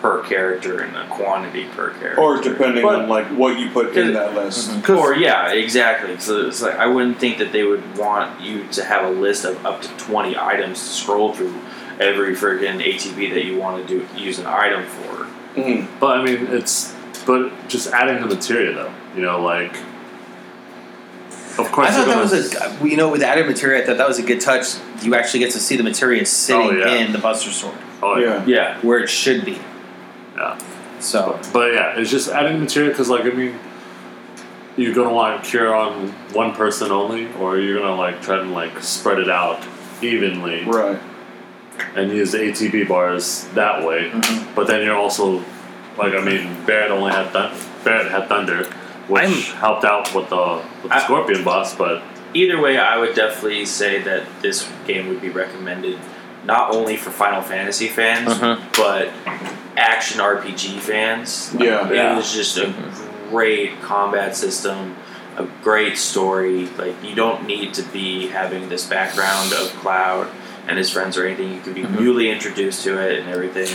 per character and a quantity per character.
or depending
But-
on like what you put in that list.
Or yeah, exactly. So it's like I wouldn't think that they would want you to have a list of up to twenty items to scroll through every freaking ATV that you want to do use an item for.
Mhm.
But I mean, it's but just adding the material though, you know, like of course.
I thought
you're
that
gonna-
was a you know with the added material. I thought that was a good touch. You actually get to see the material sitting
Oh, yeah.
in the Buster Sword
oh,
yeah.
Yeah.
where it should be.
Yeah.
So
But yeah, it's just adding material because, like, I mean, you're gonna want cure on one person only, or you're gonna like try and like spread it out evenly
Right.
and use the ATB bars that way. But then you're also, like, I mean, Barrett only had thun- Barrett had Thunder, which
I'm-
helped out with the, with the
I-
Scorpion boss. But
either way, I would definitely say that this game would be recommended not only for Final Fantasy fans,
Mhm.
but action RPG fans.
Yeah.
It
Yeah.
was just a great combat system, a great story. Like you don't need to be having this background of Cloud and his friends or anything. You could be newly introduced to it and everything.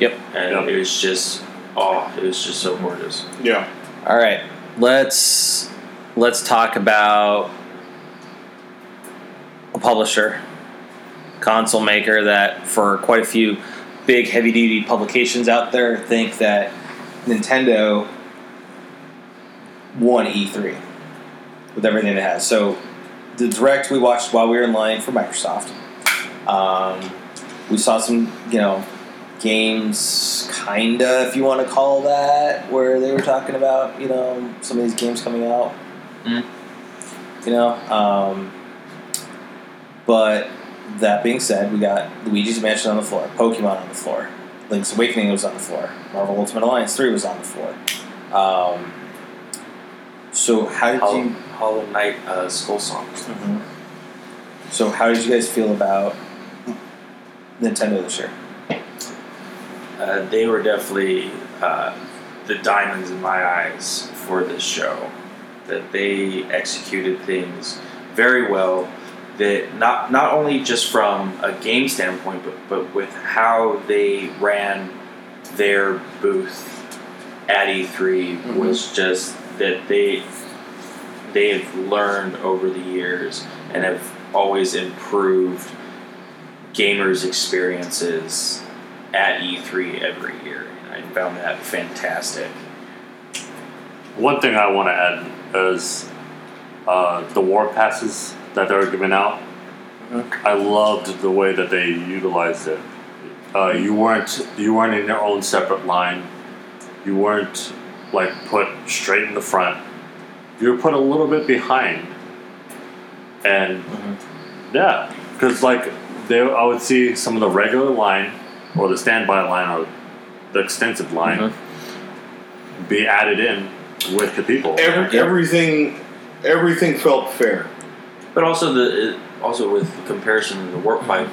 Yep.
And
Mm-hmm. Yep.
it was just oh, it was just so gorgeous.
Yeah.
All right, let's let's talk about a publisher, console maker that for quite a few big heavy duty publications out there think that
Nintendo won
E
E3 with everything it has. So the direct we watched while we were in line for Microsoft. Um, we saw some, you know, games, kinda, if you want to call that, where they were talking about, you know, some of these games coming out.
Mm.
You know, um, but that being said, we got Luigi's Mansion on the floor, Pokemon on the floor, Link's Awakening was on the floor. Marvel Ultimate Alliance 3 was on the floor. Um, so how did
Hollow,
you
Hollow Knight uh, Skull Song.
So how did you guys feel about Nintendo this year?
Uh, they were definitely uh, the diamonds in my eyes for this show. That they executed things very well. That not not only just from a game standpoint, but but with how they ran their E booth at E3 was just that they they've learned over the years and have always improved gamers' experiences at E3 every year. And I found that fantastic.
One thing I want to add is uh, the war passes that they're giving out. I loved the way that they utilized it. Uh, you weren't you weren't in your own separate line. You weren't like put straight in the front. You were put a little bit behind, and yeah, because like they, I would see some of the regular line or the standby line or the extensive line be added in with the people.
Every, Everything, everything felt fair.
But also the uh, also with the comparison of the warp pipe,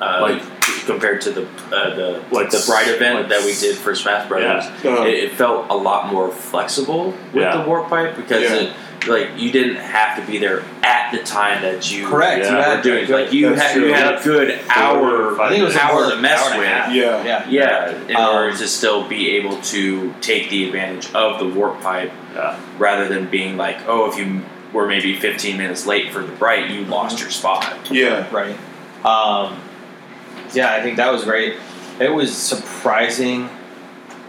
uh,
Like-
compared to the uh, the
Like
the bride event
like
that we did for Smash Brothers,
Uh,
it, it felt a lot more flexible with
Yeah.
the warp pipe because
Yeah.
it, like you didn't have to be there at the time that you
Correct.
Yeah,
you
we're
were
had
doing. Like you
That's
had
true.
you had a good hour
I think it was an
hour
hour-
to mess
hour and a
with.
half.
yeah.
yeah.
Yeah, in
Um,
order to still be able to take the advantage of the warp pipe
Yeah.
rather than being like, oh, if you were maybe 15 minutes late for the bright, you lost your spot.
Yeah.
Right. Um, yeah, I think that was great. It was surprising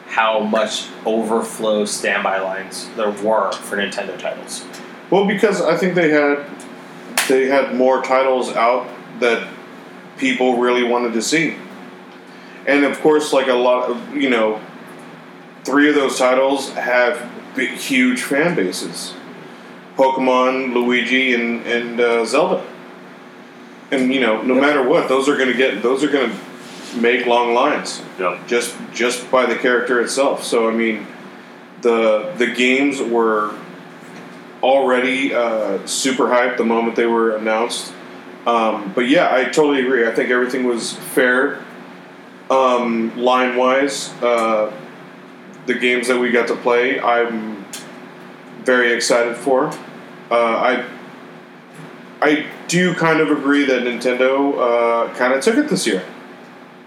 how much overflow standby lines there were for Nintendo titles.
Well, because I think they had they had more titles out that people really wanted to see, and of course, like a lot of you know, three of those titles have big, huge fan bases: Pokemon, Luigi, and and uh, Zelda. And you know, no matter what, those are going to get those are going to make long lines
Yep.
just just by the character itself. So I mean, the the games were already uh, super hyped the moment they were announced. Um, but yeah, I totally agree. I think everything was fair, um, line wise. Uh, the games that we got to play, I'm very excited for. Uh, I I do kind of agree that Nintendo uh, kind of took it this year.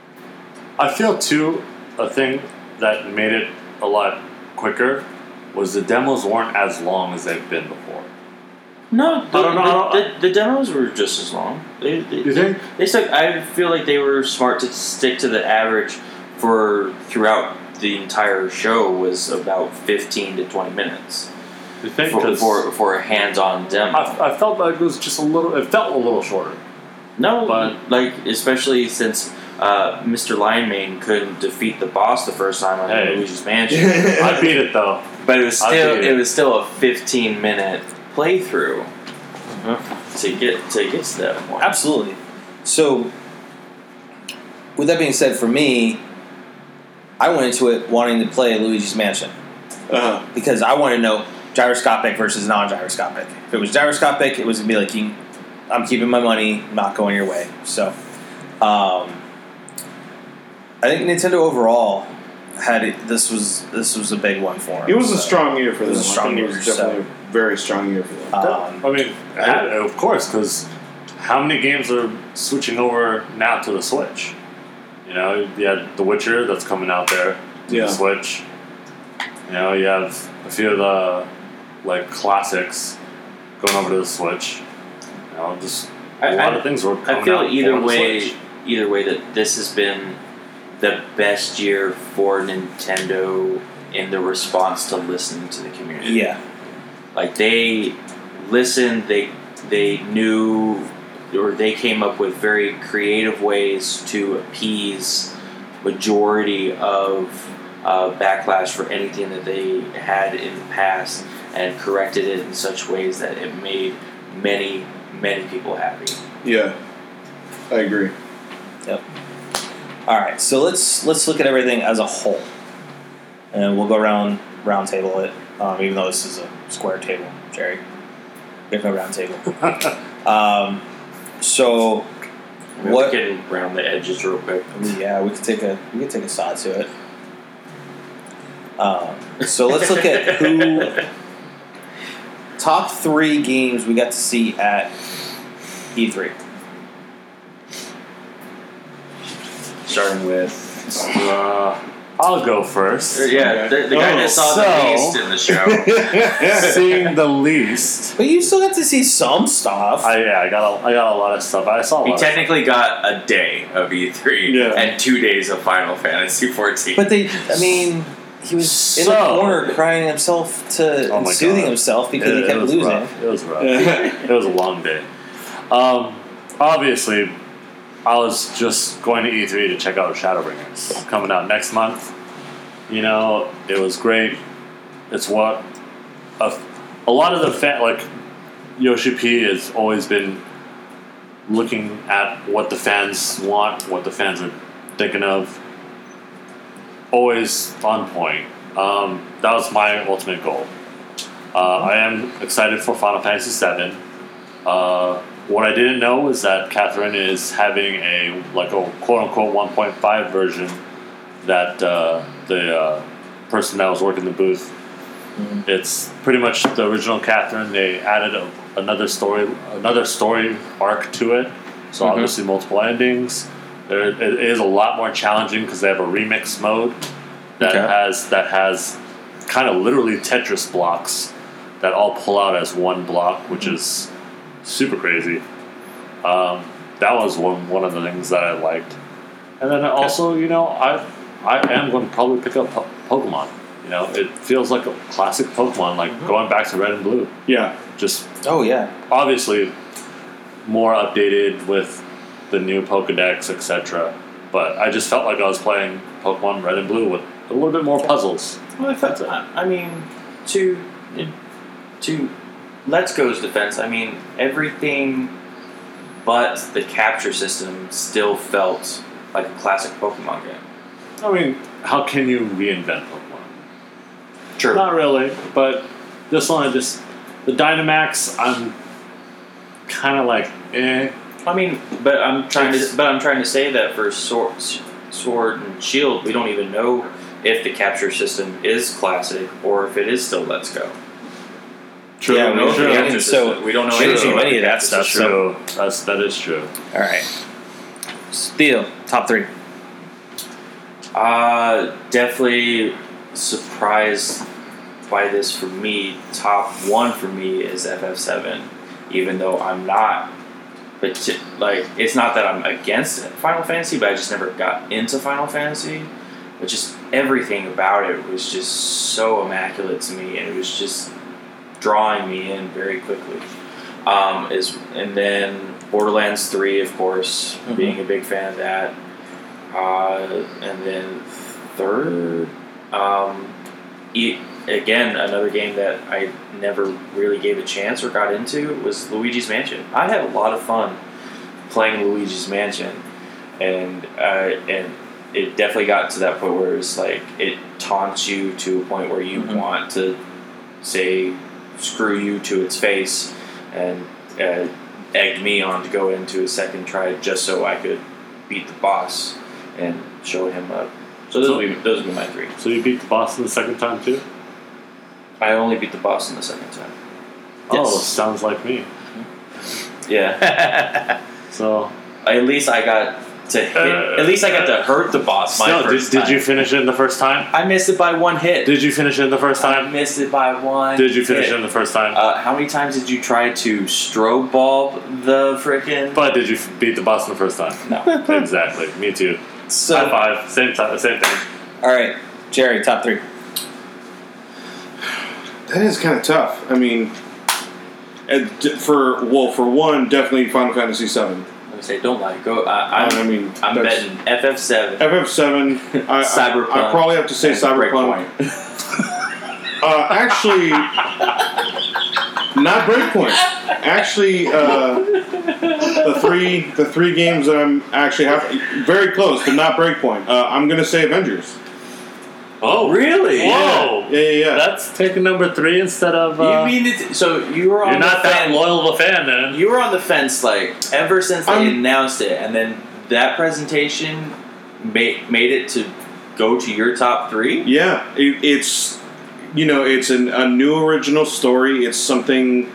I feel too a thing that made it a lot quicker was the demos weren't as long as they've been before.
No, the,
don't know.
The, the, the demos were just as long. They, they,
You think?
They stuck. I feel like they were smart to stick to the average for throughout the entire show was about 15 to 20 minutes
You think?
for,
'Cause
for, for a hands-on demo.
I, I felt like it was just a little. It felt a little shorter.
No,
But-
like especially since uh, Mr. Linemane couldn't defeat the boss the first time on
Hey.
Luigi's Mansion,
I beat it though.
but it was
I
still
did.
it was still a 15 minute playthrough to get to get to that point.
Absolutely. So, with that being said, for me, I went into it wanting to play Luigi's Mansion
Uh,
because I want to know gyroscopic versus non-gyroscopic. If it was gyroscopic, it was gonna be like, you- "I'm keeping my money, not going your way." So, um, I think Nintendo overall had it, this was this was a big one for 'em.
It was a
So,
strong year for
It was
them.
a strong
I think
year,
it was definitely a very strong year for them.
Um,
I mean, had- of course, because how many games are switching over now to the Switch? You know, you had The Witcher that's coming out there to
Yeah.
the Switch. You know, you have a few of the like classics going over to the Switch. You know, just a
I-
lot
I-
of things were.
I
Coming
feel
out
either
for the
way,
Switch.
either way that this has been the best year for Nintendo in the response to listening to the community.
yeah,
like they listened they they knew or they came up with very creative ways to appease majority of uh, backlash for anything that they had in the past and corrected it in such ways that it made many many people happy
Yeah, I agree.
All right, so let's let's look at everything as a whole, and we'll go round round table it. Um, even though this is a square table, Jerry, we have no round table. um, so
We
What-
can round the edges real quick
yeah, we could take a we could take a side to it. Um, so let's look at who top three games we got to see at E three.
starting with
Uh, I'll go first.
Yeah, the, the guy
Oh,
that saw
so-
the least in the show.
Seeing the least.
But you still got to see some stuff.
I, yeah, I got a, I got a lot of stuff. I saw a
He
lot. Of,
technically got a day of E3
Yeah.
and two days of Final Fantasy 14.
but they, I mean, he was in
So-
the corner crying himself to
Oh
and
my
soothing
God.
himself
it,
because he
it
kept
was
losing.
rough. It was rough. it was a long day. Um, obviously, I was just going to E3 to check out Shadowbringers coming out next month. You know, it was great. It's what a, a lot of the fan like Yoshi P has always been looking at what the fans want, what the fans are thinking of. Always on point. Um, that was my ultimate goal. Uh, I am excited for Final Fantasy VII. Uh, what I didn't know is that Catherine is having a like a quote unquote 1.5 version that uh, the uh, person that was working the booth. It's pretty much the original Catherine. They added a, another story, another story arc to it. So obviously multiple endings. There, it is a lot more challenging because they have a remix mode that
Okay.
has that has kind of literally Tetris blocks that all pull out as one block, which is super crazy. Um, that was one one of the things that I liked, and then also you know I I am going to probably pick up po- Pokemon. You know, it feels like a classic Pokemon, like going back to Red and Blue,
Yeah.
just
Oh yeah,
obviously more updated with the new Pokedex, etc. But I just felt like I was playing Pokemon Red and Blue with a little bit more puzzles.
Well, I,
That's it.
I I mean, to to Let's Go's defense, I mean everything but the capture system still felt like a classic Pokemon game.
I mean, how can you reinvent Pokemon?
True.
Not really, but this one, I just the Dynamax, I'm kind of like, eh.
I mean, but I'm trying to but I'm trying to say that for sword, sword and shield, we don't even know if the capture system is classic or if it is still Let's Go.
True,
Yeah,
we don't know
true.
if the capture
So-
system- we don't know
True.
anything about
Any of
the
that
capture
stuff.
system.
true. That's that is true.
All right. Steel, top three.
Uh, definitely surprised by this for me. Top one for me is FF7, even though I'm not. But t- like, it's not that I'm against Final Fantasy, but I just never got into Final Fantasy. But just everything about it was just so immaculate to me, and it was just drawing me in very quickly. Um, is and then Borderlands 3, of course,
Mhm.
being a big fan of that. Uh, and then third, um, e- again, another game that I never really gave a chance or got into was Luigi's Mansion. I had a lot of fun playing Luigi's Mansion, and uh, and it definitely got to that point where it's like it taunts you to a point where you
Mhm.
want to say screw you to its face, and uh, egged me on to go into a second try just so I could beat the boss and show him up. So those would be those would be my three.
So you beat the boss in the second time too.
I only beat the boss in the second time.
Oh,
Yes.
sounds like me.
Yeah.
So
At least I got to hit,
Uh,
at least I got to hurt the boss. My
no, did,
first
did
time.
you finish it in the first time?
I missed it by one hit.
Did you finish it in the first
I
time?
missed it by one.
Did you finish
hit.
it in the first time?
Uh, how many times did you try to strobe bulb the frickin'?
But did you f- beat the boss in the first time?
No.
exactly. Me too. High
so
five. Same time. Same thing.
all right, Jerry, top three.
That is kind of tough. I mean, and d- for well, for one, definitely Final Fantasy Seven.
Let me say, don't lie. Go. I
I
I'm,
mean,
I'm
that's-
betting FF seven.
FF Seven. I,
Cyberpunk.
I, I probably have to say Cyberpunk. Uh, actually, not Breakpoint. Actually, uh, the three the three games that I'm actually have very close, but not Breakpoint. Uh, I'm gonna say Avengers.
Oh, really? Whoa.
Yeah, yeah, yeah.
That's taking number three instead of.
you
Uh,
mean it? So you were on
you're not
the
that
fence.
loyal of a fan, then.
You were on the fence, like ever since they
I'm-
announced it, and then that presentation made made it to go to your top three.
Yeah, it, it's you know it's an, a new original story. It's something.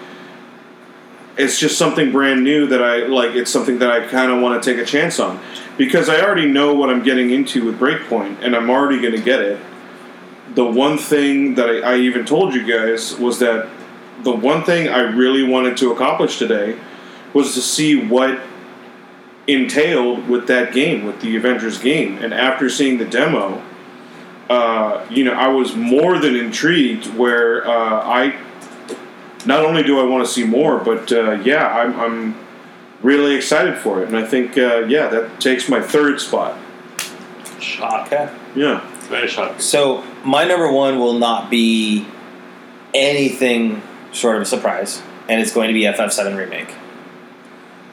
It's just something brand new that I like. It's something that I kind of want to take a chance on, because I already know what I'm getting into with Breakpoint, and I'm already going to get it. The one thing that I, I even told you guys was that the one thing I really wanted to accomplish today was to see what entailed with that game, with the Avengers game. And after seeing the demo, uh, you know, I was more than intrigued. Where uh, I not only do I want to see more, but uh, yeah, I'm, I'm really excited for it. And I think, uh, yeah, that takes my third spot.
Shock.
Okay.
Yeah.
Very shock.
So my number one will not be anything short of a surprise, and it's going to be FF7 remake.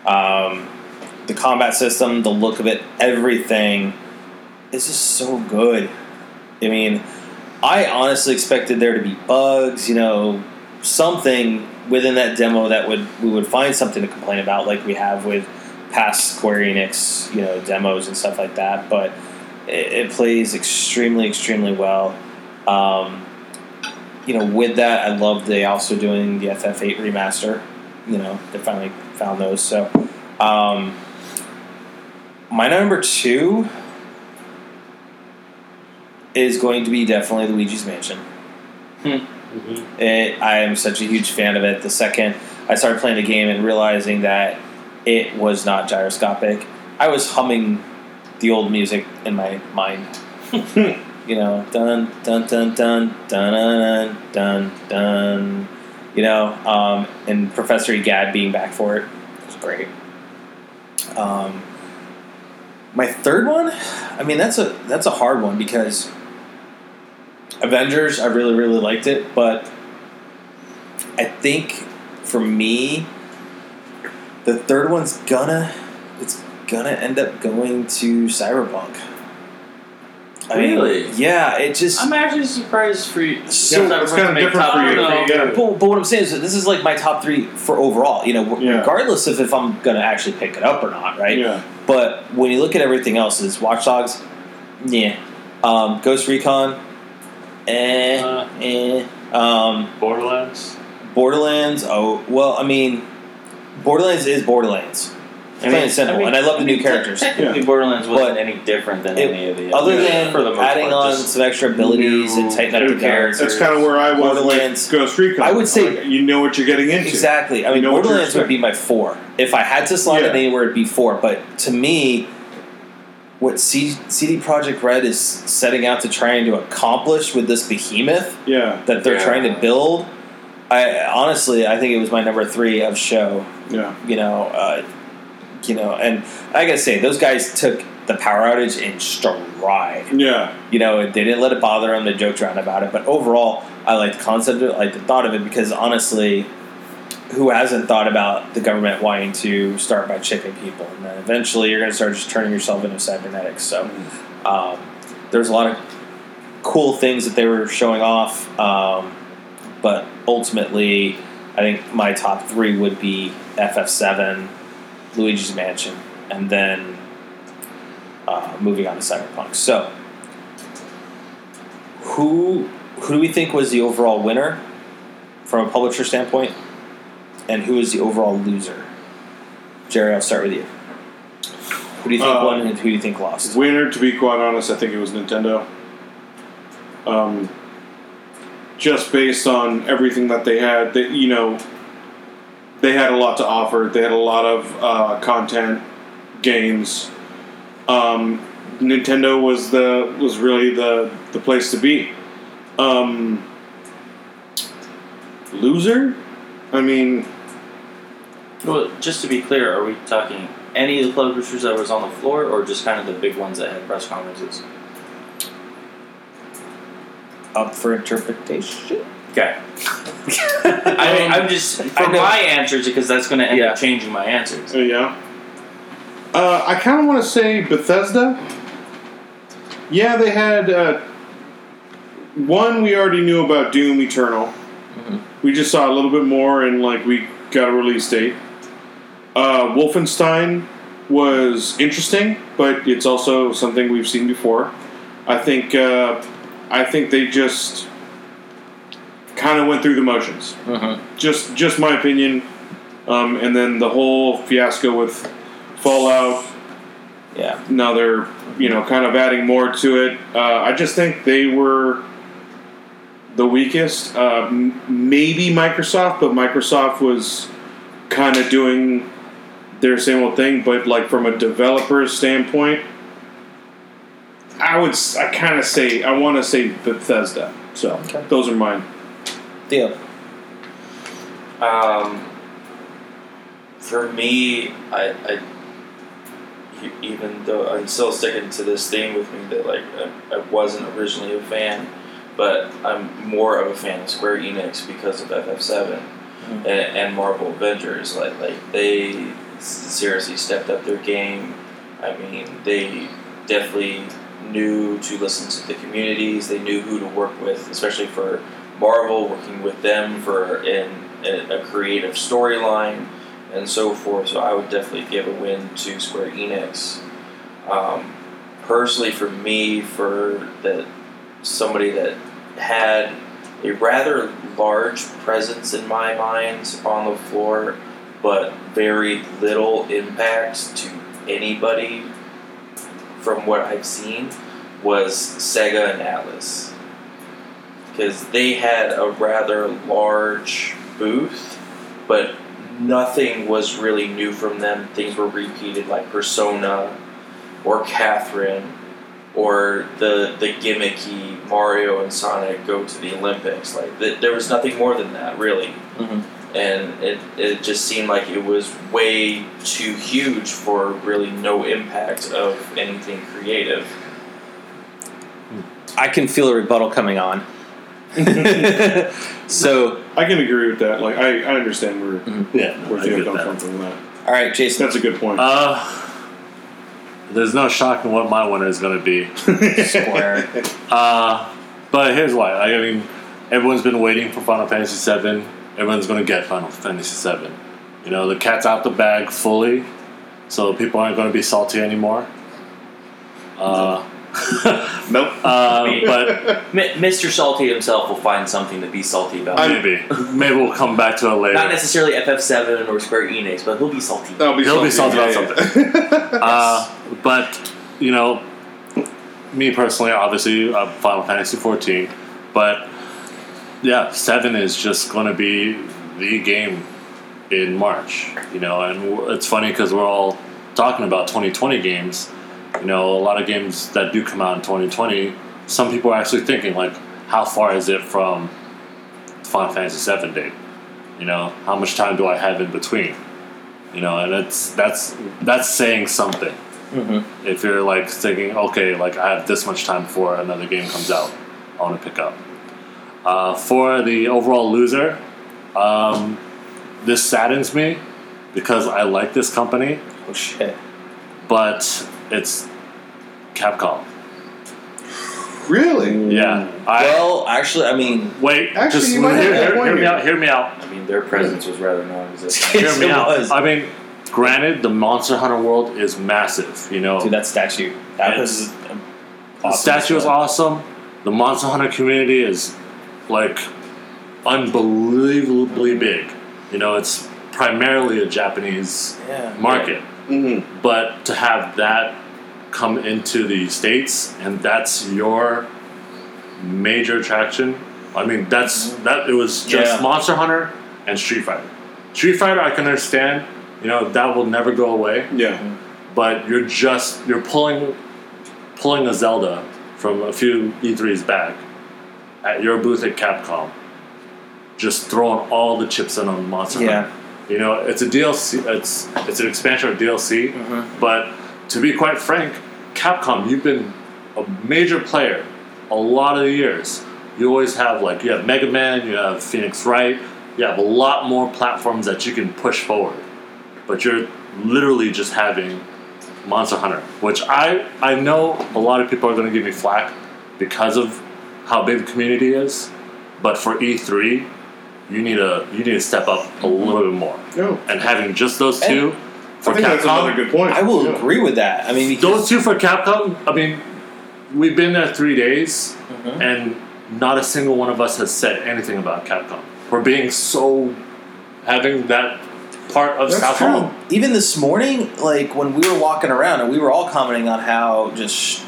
Um, the combat system, the look of it, everything is just so good. I mean, I honestly expected there to be bugs, you know, something within that demo that would we would find something to complain about, like we have with past Square Enix, you know, demos and stuff like that. But it, it plays extremely, extremely well. Um, you know, with that, I love they also doing the FF8 remaster. You know, they finally found those. So, um, my number two is going to be definitely Luigi's Mansion. It, I am such a huge fan of it. The second I started playing the game and realizing that it was not gyroscopic, I was humming the old music in my mind. you know, dun dun dun dun dun dun dun dun. You know, um, and Professor Egad being back for it was great. Um, my third one, I mean, that's a that's a hard one because Avengers, I really really liked it, but I think for me, the third one's gonna it's gonna end up going to Cyberpunk. I mean,
Really?
yeah, it just
I'm actually surprised for you.
So-
Yeah, it's kinda different
top,
for you.
No,
Yeah.
But, but what I'm saying is that this is like my top three for overall. You know, w-
Yeah.
regardless of if I'm going to actually pick it up or not, right?
Yeah.
But when you look at everything else, is Watch Dogs, yeah, um, Ghost Recon, eh,
Uh.
eh, um,
Borderlands.
Borderlands. Oh, well, I mean, Borderlands is Borderlands.
I
Plain
mean,
and simple,
I mean-
and I love the new characters.
Technically, Borderlands wasn't
But
any different than
it-
any of the
Other
others,
than
for the most
adding
part,
on
just-
some extra abilities and
new-
tighten up
new
the characters,
That's kind of where I was
Borderlands.
with Ghost Recon.
I would say-
Like, you know what you're getting into.
Exactly. I mean,
know what you're
Borderlands would be my four. If I had to slot
Yeah.
it anywhere, it'd be four. But to me, what C- CD Project Red is setting out to trying to accomplish with this behemoth
Yeah.
that they're
Yeah.
trying to build, I honestly, I think it was my number three of show.
Yeah.
You know, uh, you know, and I gotta say, those guys took the power outage in stride
Yeah.
you know, they didn't let it bother them. They joked around about it, but overall, I like the concept of it, I like the thought of it, because honestly, who hasn't thought about the government wanting to start by chipping people, and then eventually you're going to start just turning yourself into cybernetics. So um, there's a lot of cool things that they were showing off, um, but ultimately, I think my top three would be FF7, Luigi's Mansion, and then uh, moving on to Cyberpunk. So who who do we think was the overall winner from a publisher standpoint, and who is the overall loser? Jerry, I'll start with you. Who do you think
Uh,
won and who do you think lost?
Winner, to be quite honest, I think it was Nintendo. Um, just based on everything that they had, that you know, they had a lot to offer. They had a lot of uh, content, games. Um, Nintendo was the was really the the place to be. Um, loser, I mean,
Well, just to be clear, are we talking any of the publishers that was on the floor, or just kind of the big ones that had press conferences?
Up for interpretation.
Okay. I mean, I'm just for
know.
my answers because that's going to end
Yeah.
up changing my answers.
uh, yeah. Uh, I kind of want to say Bethesda. Yeah, they had uh, one we already knew about Doom Eternal. We just saw a little bit more, and like we got a release date. Uh, Wolfenstein was interesting, but it's also something we've seen before. I think uh, I think they just kind of went through the motions. Just just my opinion, um, and then the whole fiasco with Fallout
Yeah.
now they're you know kind of adding more to it. Uh, I just think they were the weakest. Uh, m- maybe Microsoft, but Microsoft was kind of doing their same old thing. But like from a developer standpoint, I would s- I kind of say I want to say Bethesda. So
Okay.
those are mine.
Theo.
Um, for me, I, I e- even though I'm still sticking to this theme with me that like I, I wasn't originally a fan, but I'm more of a fan of Square Enix because of FF7 and, and Marvel Avengers. Like like they s- seriously stepped up their game. I mean, they definitely knew to listen to the communities. They knew who to work with, especially for Marvel, working with them for in, in a creative storyline and so forth. So I would definitely give a win to Square Enix. Um, personally, for me, for that somebody that had a rather large presence in my mind on the floor, but very little impact to anybody from what I've seen, was Sega and Atlas because they had a rather large booth, but nothing was really new from them. Things were repeated, like Persona or Catherine or the the gimmicky Mario and Sonic go to the Olympics. Like th- there was nothing more than that, really.
Mhm.
Mm-hmm. And it, it just seemed like it was way too huge for really no impact of anything creative.
I can feel a rebuttal coming on. so,
I can agree with that. Like I, I understand where
Yeah,
where
I
Theo
get
comes
that.
from from that.
all right, Jason.
That's a good point.
Uh, there's no shock in what my winner is going to be.
Square.
Uh, but here's why. I mean, everyone's been waiting for Final Fantasy VII. Everyone's going to get Final Fantasy VII. You know, the cat's out the bag fully, so people aren't going to be salty anymore. Uh,
nope.
uh, but
M- Mr. Salty himself will find something to be salty about.
maybe, maybe we'll come back to it
Not
later.
necessarily FF7 or Square Enix, but he'll be salty.
That'll be
He'll be
something.
salty
Yeah,
about
yeah.
Uh, but you know, me personally, obviously, I'm Final Fantasy 14. But yeah, seven is just going to be the game in March. You know, and w- it's funny because we're all talking about 2020 games. You know, a lot of games that do come out in 2020, some people are actually thinking like, how far is it from Final Fantasy VII date? You know, how much time do I have in between? You know, and that's that's that's saying something.
Mm-hmm.
If you're like thinking, okay, like I have this much time before another game comes out, I want to pick up. Uh, for the overall loser, um, this saddens me because I like this company,
oh shit.
but it's Capcom.
Really?
Yeah. I
Well, actually, I mean,
wait.
Mm. Actually,
just
you might have
hear,
a
hear-
point
hear me
here.
out. Hear me out.
I mean, their presence was rather non-existent.
Hear
yes,
me
it
out.
was.
I mean, granted, the Monster Hunter world is massive. You know,
Dude, that statue.
Yes.
That was
The
awesome.
statue is awesome. The Monster Hunter community is like unbelievably big. You know, it's primarily a Japanese
Yeah.
market,
Mm-hmm.
but to have that come into the states and that's your major attraction. I mean, that's that. It was just
Yeah.
Monster Hunter and Street Fighter. Street Fighter, I can understand. You know, that will never go away
Yeah.
but you're just you're pulling pulling a Zelda from a few E3s back at your booth at Capcom, just throwing all the chips in on Monster
Yeah.
Hunter. You know, it's a DLC. It's it's an expansion of DLC. But to be quite frank, Capcom, you've been a major player a lot of the years. You always have like you have Mega Man, you have Phoenix Wright, you have a lot more platforms that you can push forward. But you're literally just having Monster Hunter, which I I know a lot of people are going to give me flack because of how big the community is, but for E3, you need a you need to step up a little bit more.
Oh.
No.
And having just those
And
two
I
for
think that's another
Capcom,
good point.
I will
Yeah.
agree with that. I mean, because
those two for Capcom. I mean, we've been there three days, and not a single one of us has said anything about Capcom. We're being so having that part of South Hall.
Even this morning, like when we were walking around and we were all commenting on how just sh-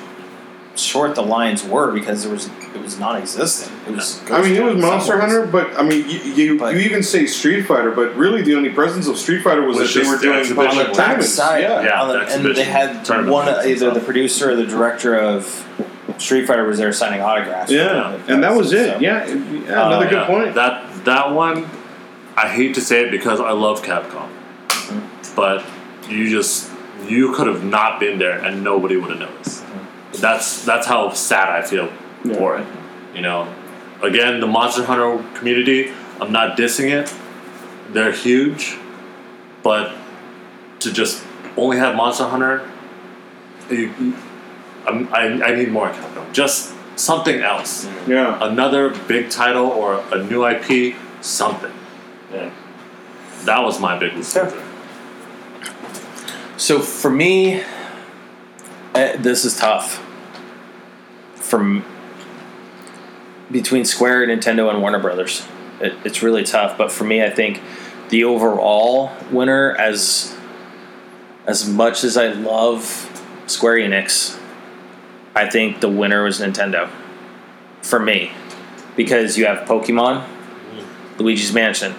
short the lines were because there was it was non-existent. It was.
I mean, it was
ghost town in some
Monster
ways.
Hunter, but I mean, you you,
But-
you even say Street Fighter, but really the only presence of Street Fighter was,
Was
that they
just
were
the
doing
exhibition
public
one.
tournaments.
Backside,
Yeah.
Yeah,
on the-
the
and they
exhibition
had
tournament
one
things and
either the
stuff.
producer or the director of Street Fighter was there signing autographs.
Yeah, and that was it. Yeah, it- yeah,
Uh,
another
Oh, Yeah,
good point.
That that one, I hate to say it because I love Capcom, but you just you could have not been there and nobody would have noticed. That's that's how sad I feel for it. You know, again, the Monster Hunter community. I'm not dissing it. They're huge, but to just only have Monster Hunter, you, you- I'm, I, I need more Capcom. Just something else
Yeah,
another big title or a new IP, something. That was my big mistake.
So for me, uh, this is tough. From between Square, Nintendo, and Warner Brothers, it, it's really tough. But for me, I think the overall winner, as as much as I love Square Enix, I think the winner was Nintendo. For me, because you have Pokemon, Luigi's Mansion,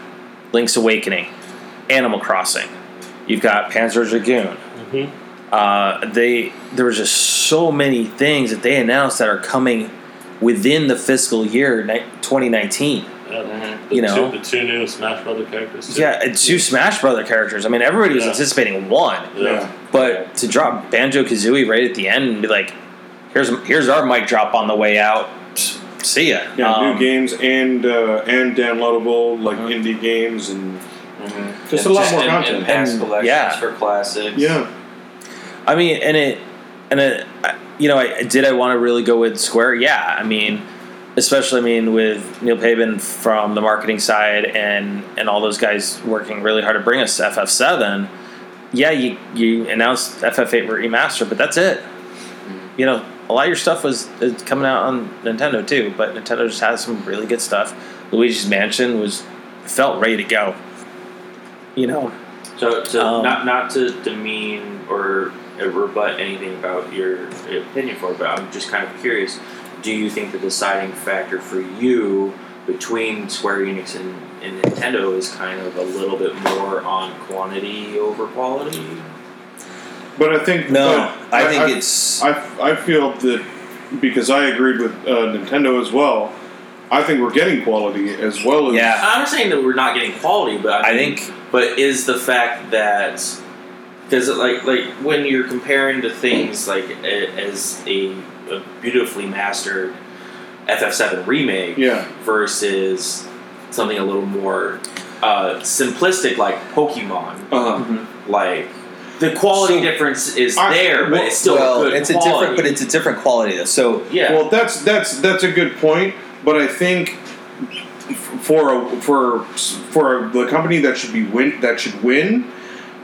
Link's Awakening, Animal Crossing. You've got Panzer Dragoon. Uh, they there was just so many things that they announced that are coming within the fiscal year ni- 2019.
The
You know.
two, the two new Smash Brother characters. too.
Yeah, and two Smash Brother characters. I mean, everybody was
Yeah.
anticipating one,
yeah.
but to drop Banjo Kazooie right at the end and be like, "Here's here's our mic drop on the way out. See ya."
Yeah,
Um,
new games and uh, and downloadable like indie games and just a lot more
in,
content.
In past
And-
collections
yeah.
for classics.
yeah,
I mean, and it, and it, I- you know, I did I want to really go with Square? Yeah, I mean, especially I mean with Neil Pavan from the marketing side and and all those guys working really hard to bring us FF seven. Yeah, you you announced FF eight remaster, but that's it. You know, a lot of your stuff was is coming out on Nintendo too, but Nintendo just has some really good stuff. Luigi's Mansion was felt ready to go. You know,
So, to,
Um,
not not to demean or uh, rebut anything about your opinion for it, but I'm just kind of curious. Do you think the deciding factor for you between Square Enix and, and Nintendo is kind of a little bit more on quantity over quality?
but I think
no,
but
I think it's
I, I feel that because I agreed with uh, Nintendo as well. I think we're getting quality as well as
yeah.
I'm not saying that we're not getting quality, but I,
I
mean,
think
but is the fact that because like like when you're comparing to things like a, as a, a beautifully mastered FF7 remake
yeah.
versus something a little more uh, simplistic like Pokemon,
Uh-huh.
like the quality
So-
difference is
I-
there, but it's still
well,
good
it's
quality.
a different, but it's a different quality. Though. So
yeah.
Well, that's that's that's a good point, but I think f- for a, for for the company that should be win that should win,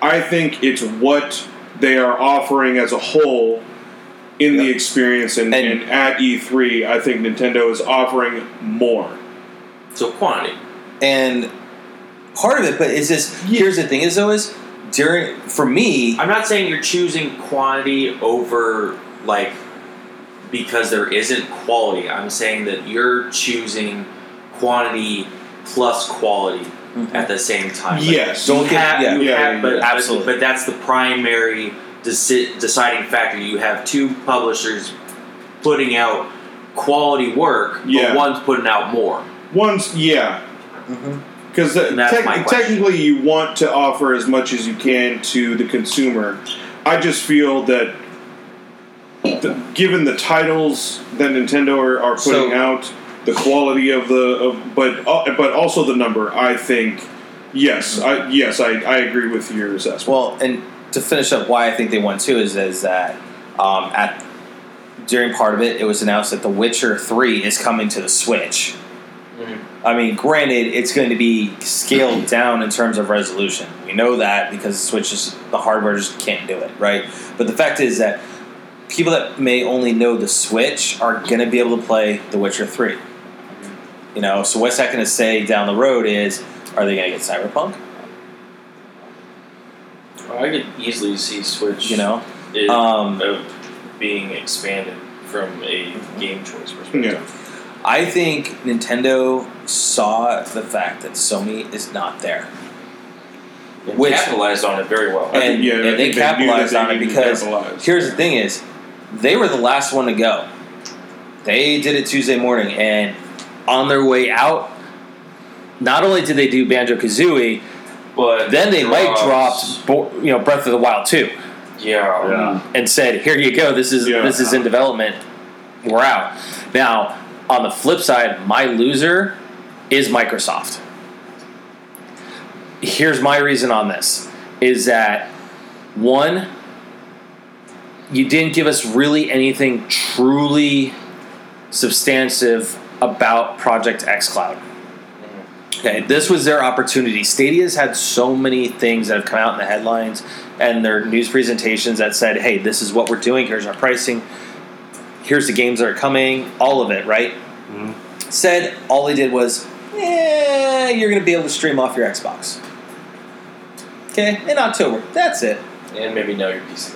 I think it's what they are offering as a whole in the experience and,
And-
and, at E3, I think Nintendo is offering more.
so quantity.
and part of it, but it's just here's the thing is though is during for me
I'm not saying you're choosing quantity over like because there isn't quality. I'm saying that you're choosing quantity plus quality at the same time. Like,
Yes.
Don't
you
get-
have,
yeah.
you
Yeah,
have,
yeah,
but,
yeah.
but-
Absolutely.
But, that's the primary deci- deciding factor. You have two publishers putting out quality work,
Yeah.
but one's putting out more.
Once, yeah. Because uh,
That's my question.
technically, you want to offer as much as you can to the consumer. I just feel that, the, given the titles that Nintendo are, are putting
So-
out, the quality of the, of, but uh, but also the number, I think, yes, I yes, I, I agree with your assessment.
Well, and to finish up, why I think they won too is is that um, at during part of it, it was announced that The Witcher Three is coming to the Switch. I mean, granted, it's going to be scaled down in terms of resolution. We know that because the Switch is the hardware just can't do it, right? But the fact is that people that may only know the Switch are going to be able to play The Witcher Three. You know, so what's that going to say down the road? Is are they going to get Cyberpunk?
I could easily see Switch,
You know,
it,
um,
of being expanded from a
mm-hmm.
game choice
Yeah.
perspective.
I think Nintendo saw the fact that Sony is not there.
They
Which-
capitalized on it very well.
I think,
And-
yeah,
and
I
they
think knew
capitalized
that
on it
needed to
because
capitalize.
Here's the thing: is they were the last one to go. They did it Tuesday morning, and on their way out, not only did they do Banjo Kazooie,
But
then they might
drops-
dropped Bo- you know Breath of the Wild too,
Yeah,
Yeah.
and said, "Here you go. This is
Yeah.
this is in development. We're out." Now, on the flip side, my loser is Microsoft. Here's my reason on this: is that one, you didn't give us really anything truly substantive about Project X Cloud. Okay, this was their opportunity. Stadia's had so many things that have come out in the headlines and their news presentations that said, hey, this is what we're doing, here's our pricing, here's the games that are coming, all of it, right?
Mhm.
Said all they did was, yeah, you're going to be able to stream off your Xbox. Okay, in October. That's it,
and maybe now you're PC.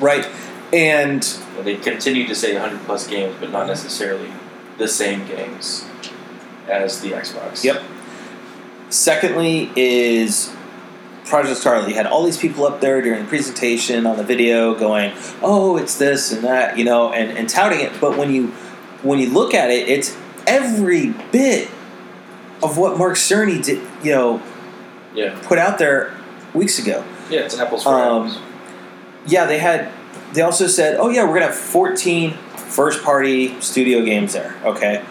right? And
Well, they continue to say 100 plus games, but not necessarily the same games as the Xbox.
Yep. Secondly, is Project Scarlet. You had all these people up there during the presentation on the video going, "Oh, it's this and that," you know, and, and touting it. But when you when you look at it, it's every bit of what Mark Cerny did, you know,
Yeah.
put out there weeks ago.
Yeah, it's apples for
Um,
apples.
Yeah, they had. They also said, "Oh yeah, we're gonna have 14 first party studio games there." Okay,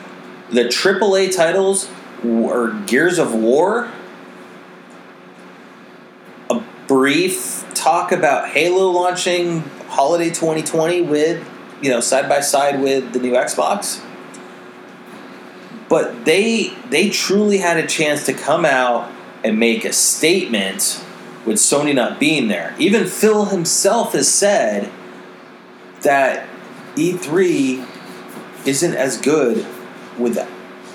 the AAA titles were Gears of War, a brief talk about Halo launching holiday 2020 with you know side by side with the new Xbox. But they they truly had a chance to come out and make a statement with Sony not being there. Even Phil himself has said that E3 isn't as good with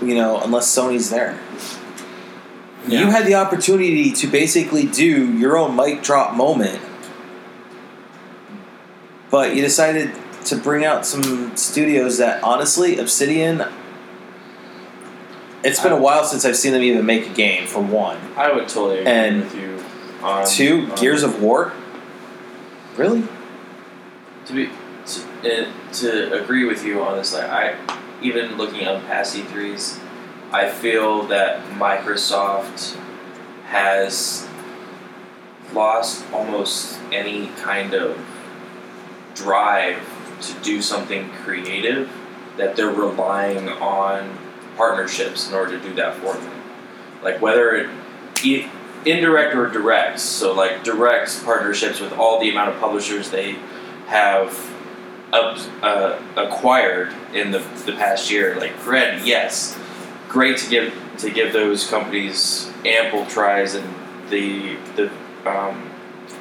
you know unless Sony's there. You had the opportunity to basically do your own mic drop moment, but you decided to bring out some studios that honestly, Obsidian. It's been a while since I've seen them even make a game. For one,
I would totally agree
and
with you. On,
Two
on-
Gears of War. Really?
to be to, uh, to agree with you on this like i even looking on past e3s i feel that microsoft has lost almost any kind of drive to do something creative that they're relying on partnerships in order to do that for them like whether it e- indirect or direct so like direct partnerships with all the amount of publishers they have up, uh, acquired in the, the past year. Like Red, yes, great to give to give those companies ample tries and the the um,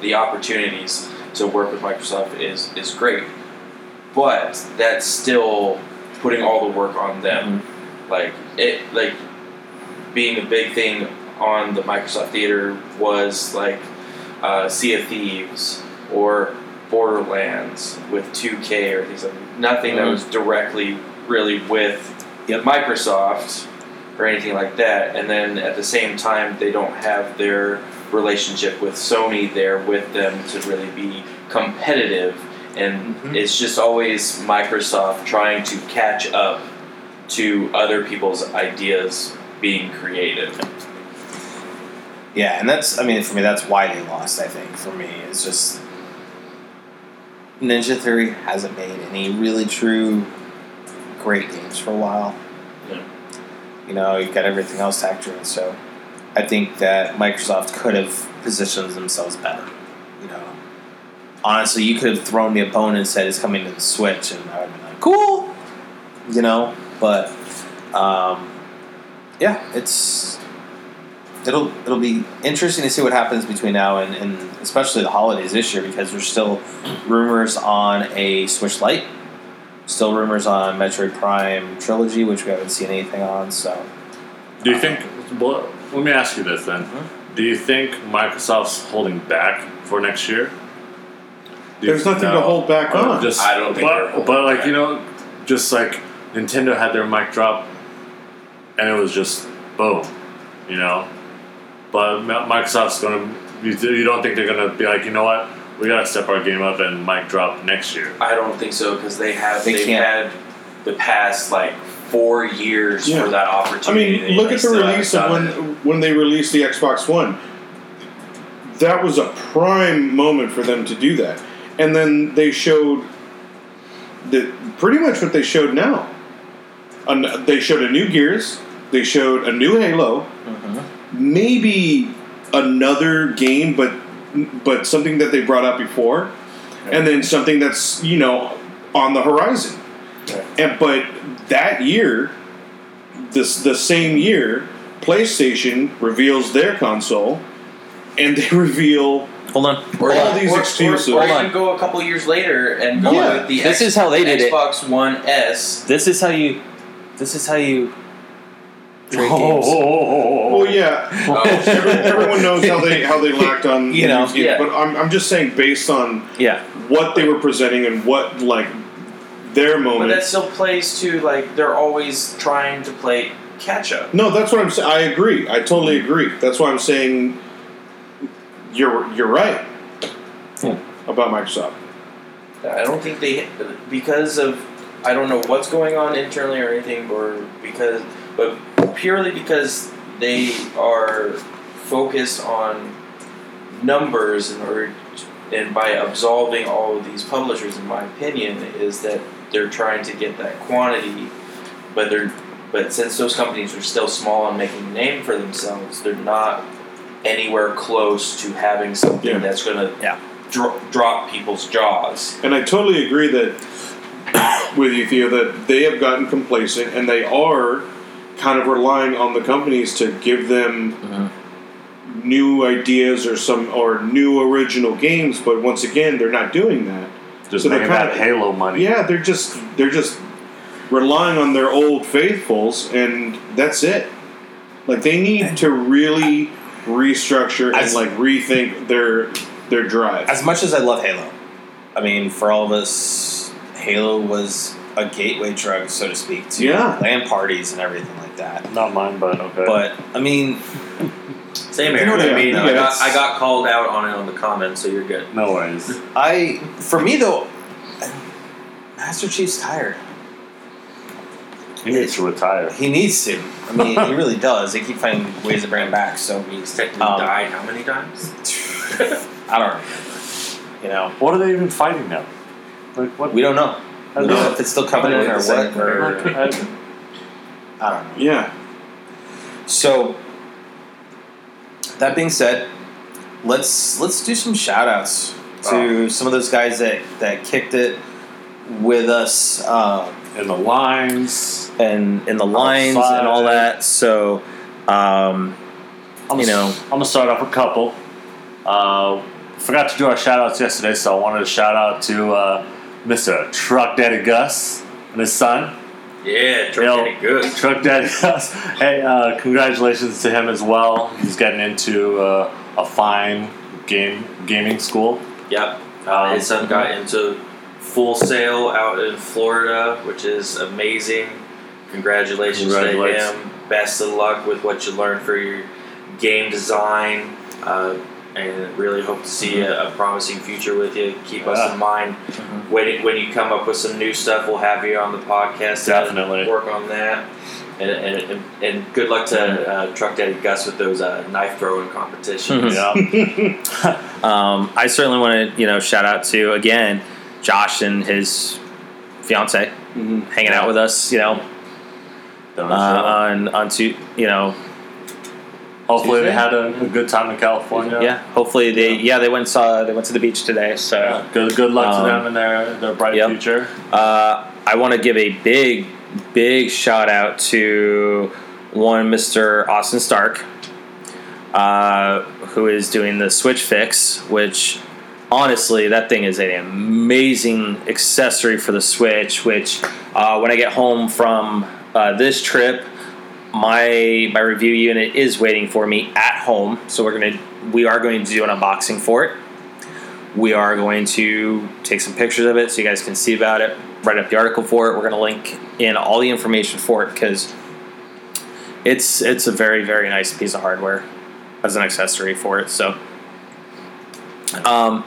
the opportunities to work with Microsoft is is great, but that's still putting all the work on them. Like it, like being a big thing on the Microsoft theater was like uh, Sea of Thieves or Borderlands with 2K or things like nothing that was directly really with
Yep.
Microsoft or anything like that. And then at the same time, they don't have their relationship with Sony there with them to really be competitive. And
Mhm.
it's just always Microsoft trying to catch up to other people's ideas being creative.
Yeah, and that's I mean for me that's why they lost. I think for me it's just Ninja Theory hasn't made any really true great games for a while.
Yeah.
You know you've got everything else to factor in, so I think that Microsoft could have positioned themselves better. You know, honestly, you could have thrown me a bone and said it's coming to the Switch, and I would have been like, cool. You know, but um, yeah, it's it'll it'll be interesting to see what happens between now and, and especially the holidays this year because there's still rumors on a Switch Lite, still rumors on Metroid Prime trilogy, which we haven't seen anything on. So
Do you think? Well, let me ask you this then. Do you think Microsoft's holding back for next year? Do you-
There's nothing to
No.
hold back
Or
on.
Just,
I don't think they're
but,
holding
but like
back.
you know, just like Nintendo had their mic drop, and it was just boom, you know. But Mi- Microsoft's going to. You, you don't think they're going to be like, you know what? We got to step our game up and mic drop next year.
I don't think so because they have
They
they have
can't.
had the past like four years
Yeah.
for that
I
opportunity.
mean,
They
look at the
still haven't
release of
done
when
it.
when they released the Xbox One. That was a prime moment for them to do that, and then they showed that pretty much what they showed now. An- they showed a new Gears. They showed a new Halo.
Mm-hmm.
Maybe another game, but but something that they brought out before, and then something that's you know on the horizon. And but that year, this the same year, PlayStation reveals their console, and they reveal
Hold on.
Or,
all these
or,
exclusives.
Or, or
Hold
even
on.
go a couple years later and go
Yeah.
with the
This
X-
is how they did it.
Xbox One S.
This is how you. This is how you. Trade
Oh.
games. Oh.
Well, oh, yeah,
Oh,
every, everyone knows how they how they lacked on
You know,
these games,
yeah.
But I'm I'm just saying based on
Yeah.
what they were presenting and what like their
But
moment.
that still plays to like they're always trying to play catch up.
no, that's what I'm saying. I agree. I totally
Mm-hmm.
agree. That's why I'm saying you're you're right
Hmm.
about Microsoft.
I don't think they because of I don't know what's going on internally or anything, or because but purely because they are focused on numbers in order and by absolving all of these publishers, in my opinion, is that they're trying to get that quantity, but they're but since those companies are still small and making a name for themselves, they're not anywhere close to having something
Yeah.
that's going to
Yeah.
dro- drop people's jaws.
And I totally agree that with you, Theo, that they have gotten complacent and they are kind of relying on the companies to give them
Mm-hmm.
new ideas or some or new original games. But once again, they're not doing that.
Just
So they're
making that
kinda-
Halo money.
Yeah, they're just they're just relying on their old faithfuls, and that's it. Like they need to really restructure and
As-
like rethink their their drive.
As much as I love Halo, I mean, for all of us, Halo was a gateway drug, so to speak, to
Yeah.
LAN parties and everything like that.
Not mine, but okay.
But I mean,
Same
You
here.
know what
I mean?
No,
Yeah,
I, got,
it's-
I got called out on it on the comments, so you're good.
no worries.
I for me though, Master Chief's tired.
He needs to retire.
He needs to. I mean, he really does. They keep finding ways to bring him back. So
He's technically
Um,
died how many times?
I don't remember. You know,
What are they even fighting now? Like what?
we don't know.
I
We
don't
don't know if it's still Covenant or what. Or,
I-
I don't know.
yeah,
So that being said, let's let's do some shout outs to some of those guys that, that kicked it with us um,
and the lines.
and in the lines and all
Outside.
that. So um,
I'm
You
gonna-
know.
I'm gonna start off a couple. Uh, forgot to do our shout outs yesterday, so I wanted to shout out to uh, Mr. Truck Daddy Gus and his son.
Yeah,
Yo.
pretty good.
Truck Daddy Gus. Hey, uh, congratulations to him as well. He's getting into uh, a fine game gaming school.
Yep.
Um,
His son got into full sail out in Florida, which is amazing. Congratulations,
Congratulations.
to him. Best of luck with what you learn for your game design. Uh, and really hope to see a, a promising future with you. Keep us
Mm-hmm. Yeah. Mm-hmm.
in mind. When, when you come up with some new stuff, we'll have you on the podcast. to
Definitely.
Work on that. And, and, and, and good luck to
Mm-hmm.
uh, Truck Daddy Gus with those uh, knife throwing competitions.
Mhm.
Yeah.
Um, I certainly want to you know shout out to again Josh and his fiance hanging out with us. You know uh, on on to you know
Hopefully, they
Tuesday?
had a, a good time in California.
yeah. Hopefully they yeah. they went and saw they went to the beach today. So.
Yeah. Good, good luck
Um,
to them in their, their bright
yep.
future.
Uh, I want to give a big, big shout out to one Mr. Austin Stark, uh, who is doing the Switch Fix, which honestly, that thing is an amazing accessory for the Switch. Which, uh, when I get home from uh, this trip, my my review unit is waiting for me at home. So we're gonna we are going to do an unboxing for it. We are going to take some pictures of it so you guys can see about it. Write up the article for it. We're gonna link in all the information for it because it's it's a very very nice piece of hardware as an accessory for it. So um,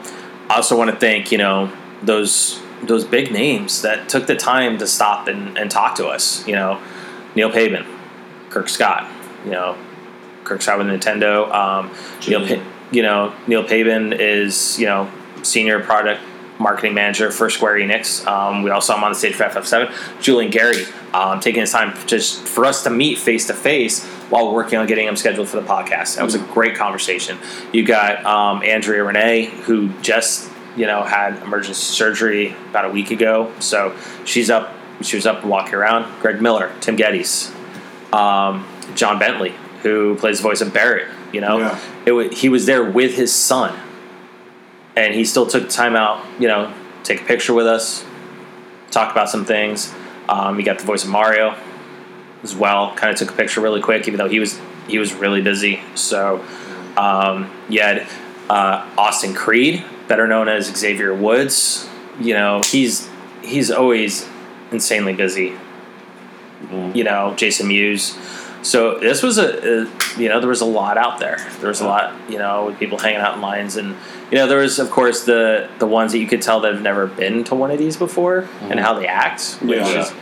I also want to thank you know those those big names that took the time to stop and, and talk to us. You know, Neil Pavan, Kirk Scott. You know, Kirk Scott with Nintendo. Um, Neil, pa- you know, Neil Pavan is you know senior product marketing manager for Square Enix. Um, we also saw him on the stage for FF7. Julian Gary um, taking his time just for us to meet face to face while working on getting him scheduled for the podcast. That was a great conversation. You got um, Andrea Renee who just you know had emergency surgery about a week ago, so she's up. She was up and walking around. Greg Miller, Tim Geddes, um, John Bentley, who plays the voice of Barrett. You know,
Yeah.
it wa he was there with his son, and he still took time out. You know, take a picture with us, talk about some things. Um, you got the voice of Mario as well. Kind of took a picture really quick, even though he was he was really busy. So, um, you had uh, Austin Creed, better known as Xavier Woods. You know, he's he's always insanely busy you know Jason Mewes. So this was a, a you know there was a lot out there. There was a lot you know with people hanging out in lines and you know there was of course the the ones that you could tell that have never been to one of these before and how they act. Which
Yeah.
is,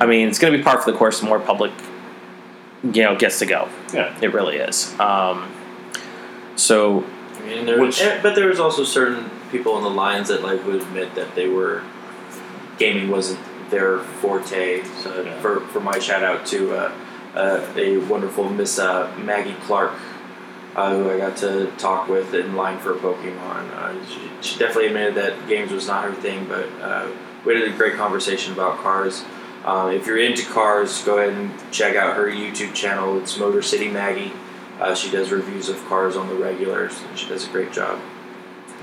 I mean, it's going to be par for the course. The more public you know gets to go,
Yeah.
it really is. Um, so
I mean, there
Which-
eh, but there was also certain people in the lines that like would admit that they were gaming wasn't their forte. So
Yeah.
for for my shout out to uh, uh, a wonderful Miss uh, Maggie Clark, uh, who I got to talk with in line for Pokemon. Uh, she, she definitely admitted that games was not her thing, but uh, we had a great conversation about cars. Uh, if you're into cars, go ahead and check out her YouTube channel. It's Motor City Maggie. Uh, she does reviews of cars on the regulars, and she does a great job.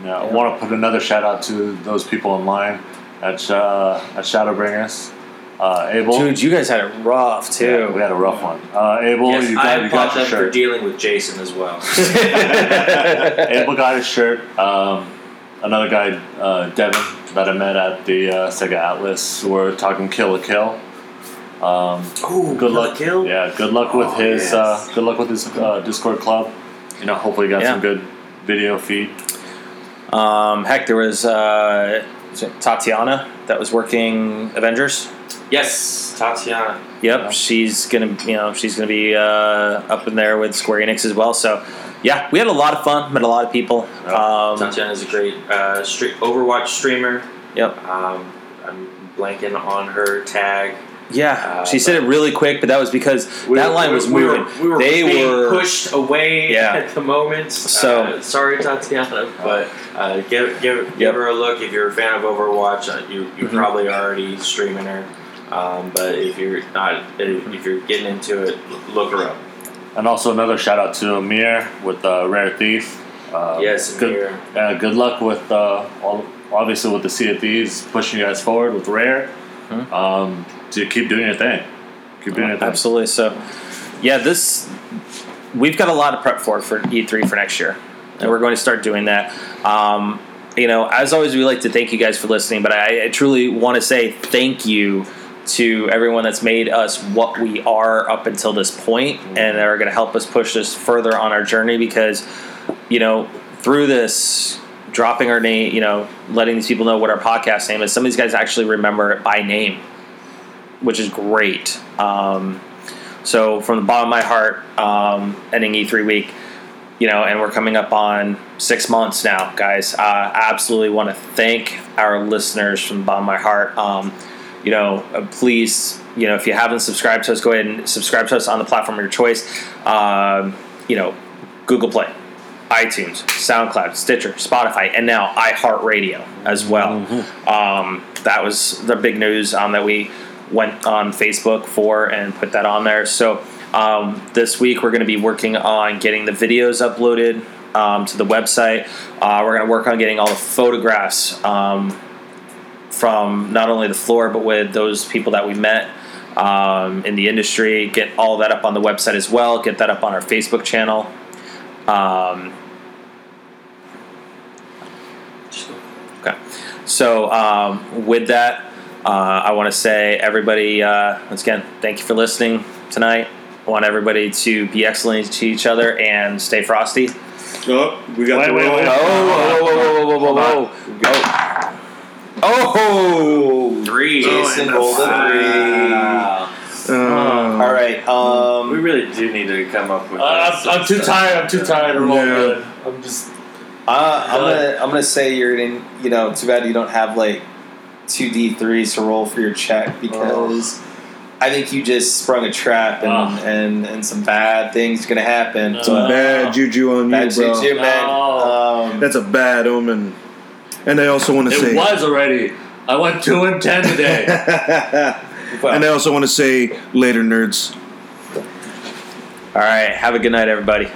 Yeah, I want to uh, put another shout out to those people in line at uh, at Shadowbringers. Uh, Abel,
dude, you guys had it rough
Yeah, we
too.
had a rough one. Uh, Abel,
yes,
you
I
got you
applaud
got your
them for
shirt.
dealing with Jason as well.
Abel got his shirt. Um, another guy, uh, Devin, that I met at the uh, Sega Atlas. We're talking Kill a Kill. Um,
Ooh,
good luck.
Kill.
Yeah, good luck with
Oh,
his.
yes.
Uh, good luck with his uh, Discord club. You know, hopefully, you got
Yeah.
some good video feed.
Um, heck, there was uh, was it Tatiana that was working Avengers.
Yes, Tatiana.
Yep,
Yeah.
she's gonna you know she's gonna be uh, up in there with Square Enix as well. So yeah, we had a lot of fun, met a lot of people.
Yeah.
Um,
Tatiana is a great uh, stre- Overwatch streamer.
Yep.
Um, I'm blanking on her tag.
yeah,
Uh,
she said it really quick, but that was because that line was
we
moving.
Were, we were
they
being
were
pushed away
Yeah.
at the moment.
So-
uh, sorry, Tatiana, but uh, give give
Yep.
give her a look if you're a fan of Overwatch. Uh, you you
Mhm.
probably already streaming her, um, but if you're not, if, if you're getting into it, l- look her up.
And also another shout out to Amir with uh, Rare Thief. Uh,
yes,
good,
Amir.
Uh, good luck with uh, all, obviously with the Sea of Thieves pushing you guys forward with Rare.
Mhm.
Um, to keep doing your thing, keep doing your thing.
absolutely. So yeah, this we've got a lot of prep for for E3 for next year, and we're going to start doing that. Um, you know, as always, we like to thank you guys for listening, but I, I truly want to say thank you to everyone that's made us what we are up until this point and are going to help us push this further on our journey because, you know, through this, dropping our name, you know, letting these people know what our podcast name is, some of these guys actually remember it by name, which is great. Um, so from the bottom of my heart, um, ending E3 week, you know, and we're coming up on six months now, guys. Uh, I absolutely want to thank our listeners from the bottom of my heart. Um, you know, uh, please, you know, if you haven't subscribed to us, go ahead and subscribe to us on the platform of your choice. Um, you know, Google Play, iTunes, SoundCloud, Stitcher, Spotify, and now iHeartRadio as well. Um, that was the big news um, that we went on Facebook for and put that on there. So um, this week we're going to be working on getting the videos uploaded um, to the website. Uh, we're going to work on getting all the photographs um, from not only the floor but with those people that we met um, in the industry. Get all that up on the website as well. Get that up on our Facebook channel. Um, okay. So um, with that, uh, I want to say everybody uh, once again, thank you for listening tonight. I want everybody to be excellent to each other and stay frosty.
Oh, we got
Wait,
the
wait,
roll.
wait.
Oh, whoa, whoa, whoa, whoa, whoa, whoa, whoa. Oh.
Three.
Jason rolled a three. All right.
We
Um,
really do need to come up with.
Uh, I'm, I'm too tired. I'm too tired to roll
Yeah.
good.
I'm just.
uh, I'm gonna I'm gonna say you're in. You know, too bad you don't have like two d threes to roll for your
Oh.
check because I think you just sprung a trap and
Ah.
and, and some bad things gonna happen.
No.
but
Some bad juju on
bad
you, bro.
juju, man.
No.
Um,
That's a bad omen. And I also want to
It
say.
was already. I went two and ten today.
well,
and I also want to say later, nerds.
All right. Have a good night, everybody.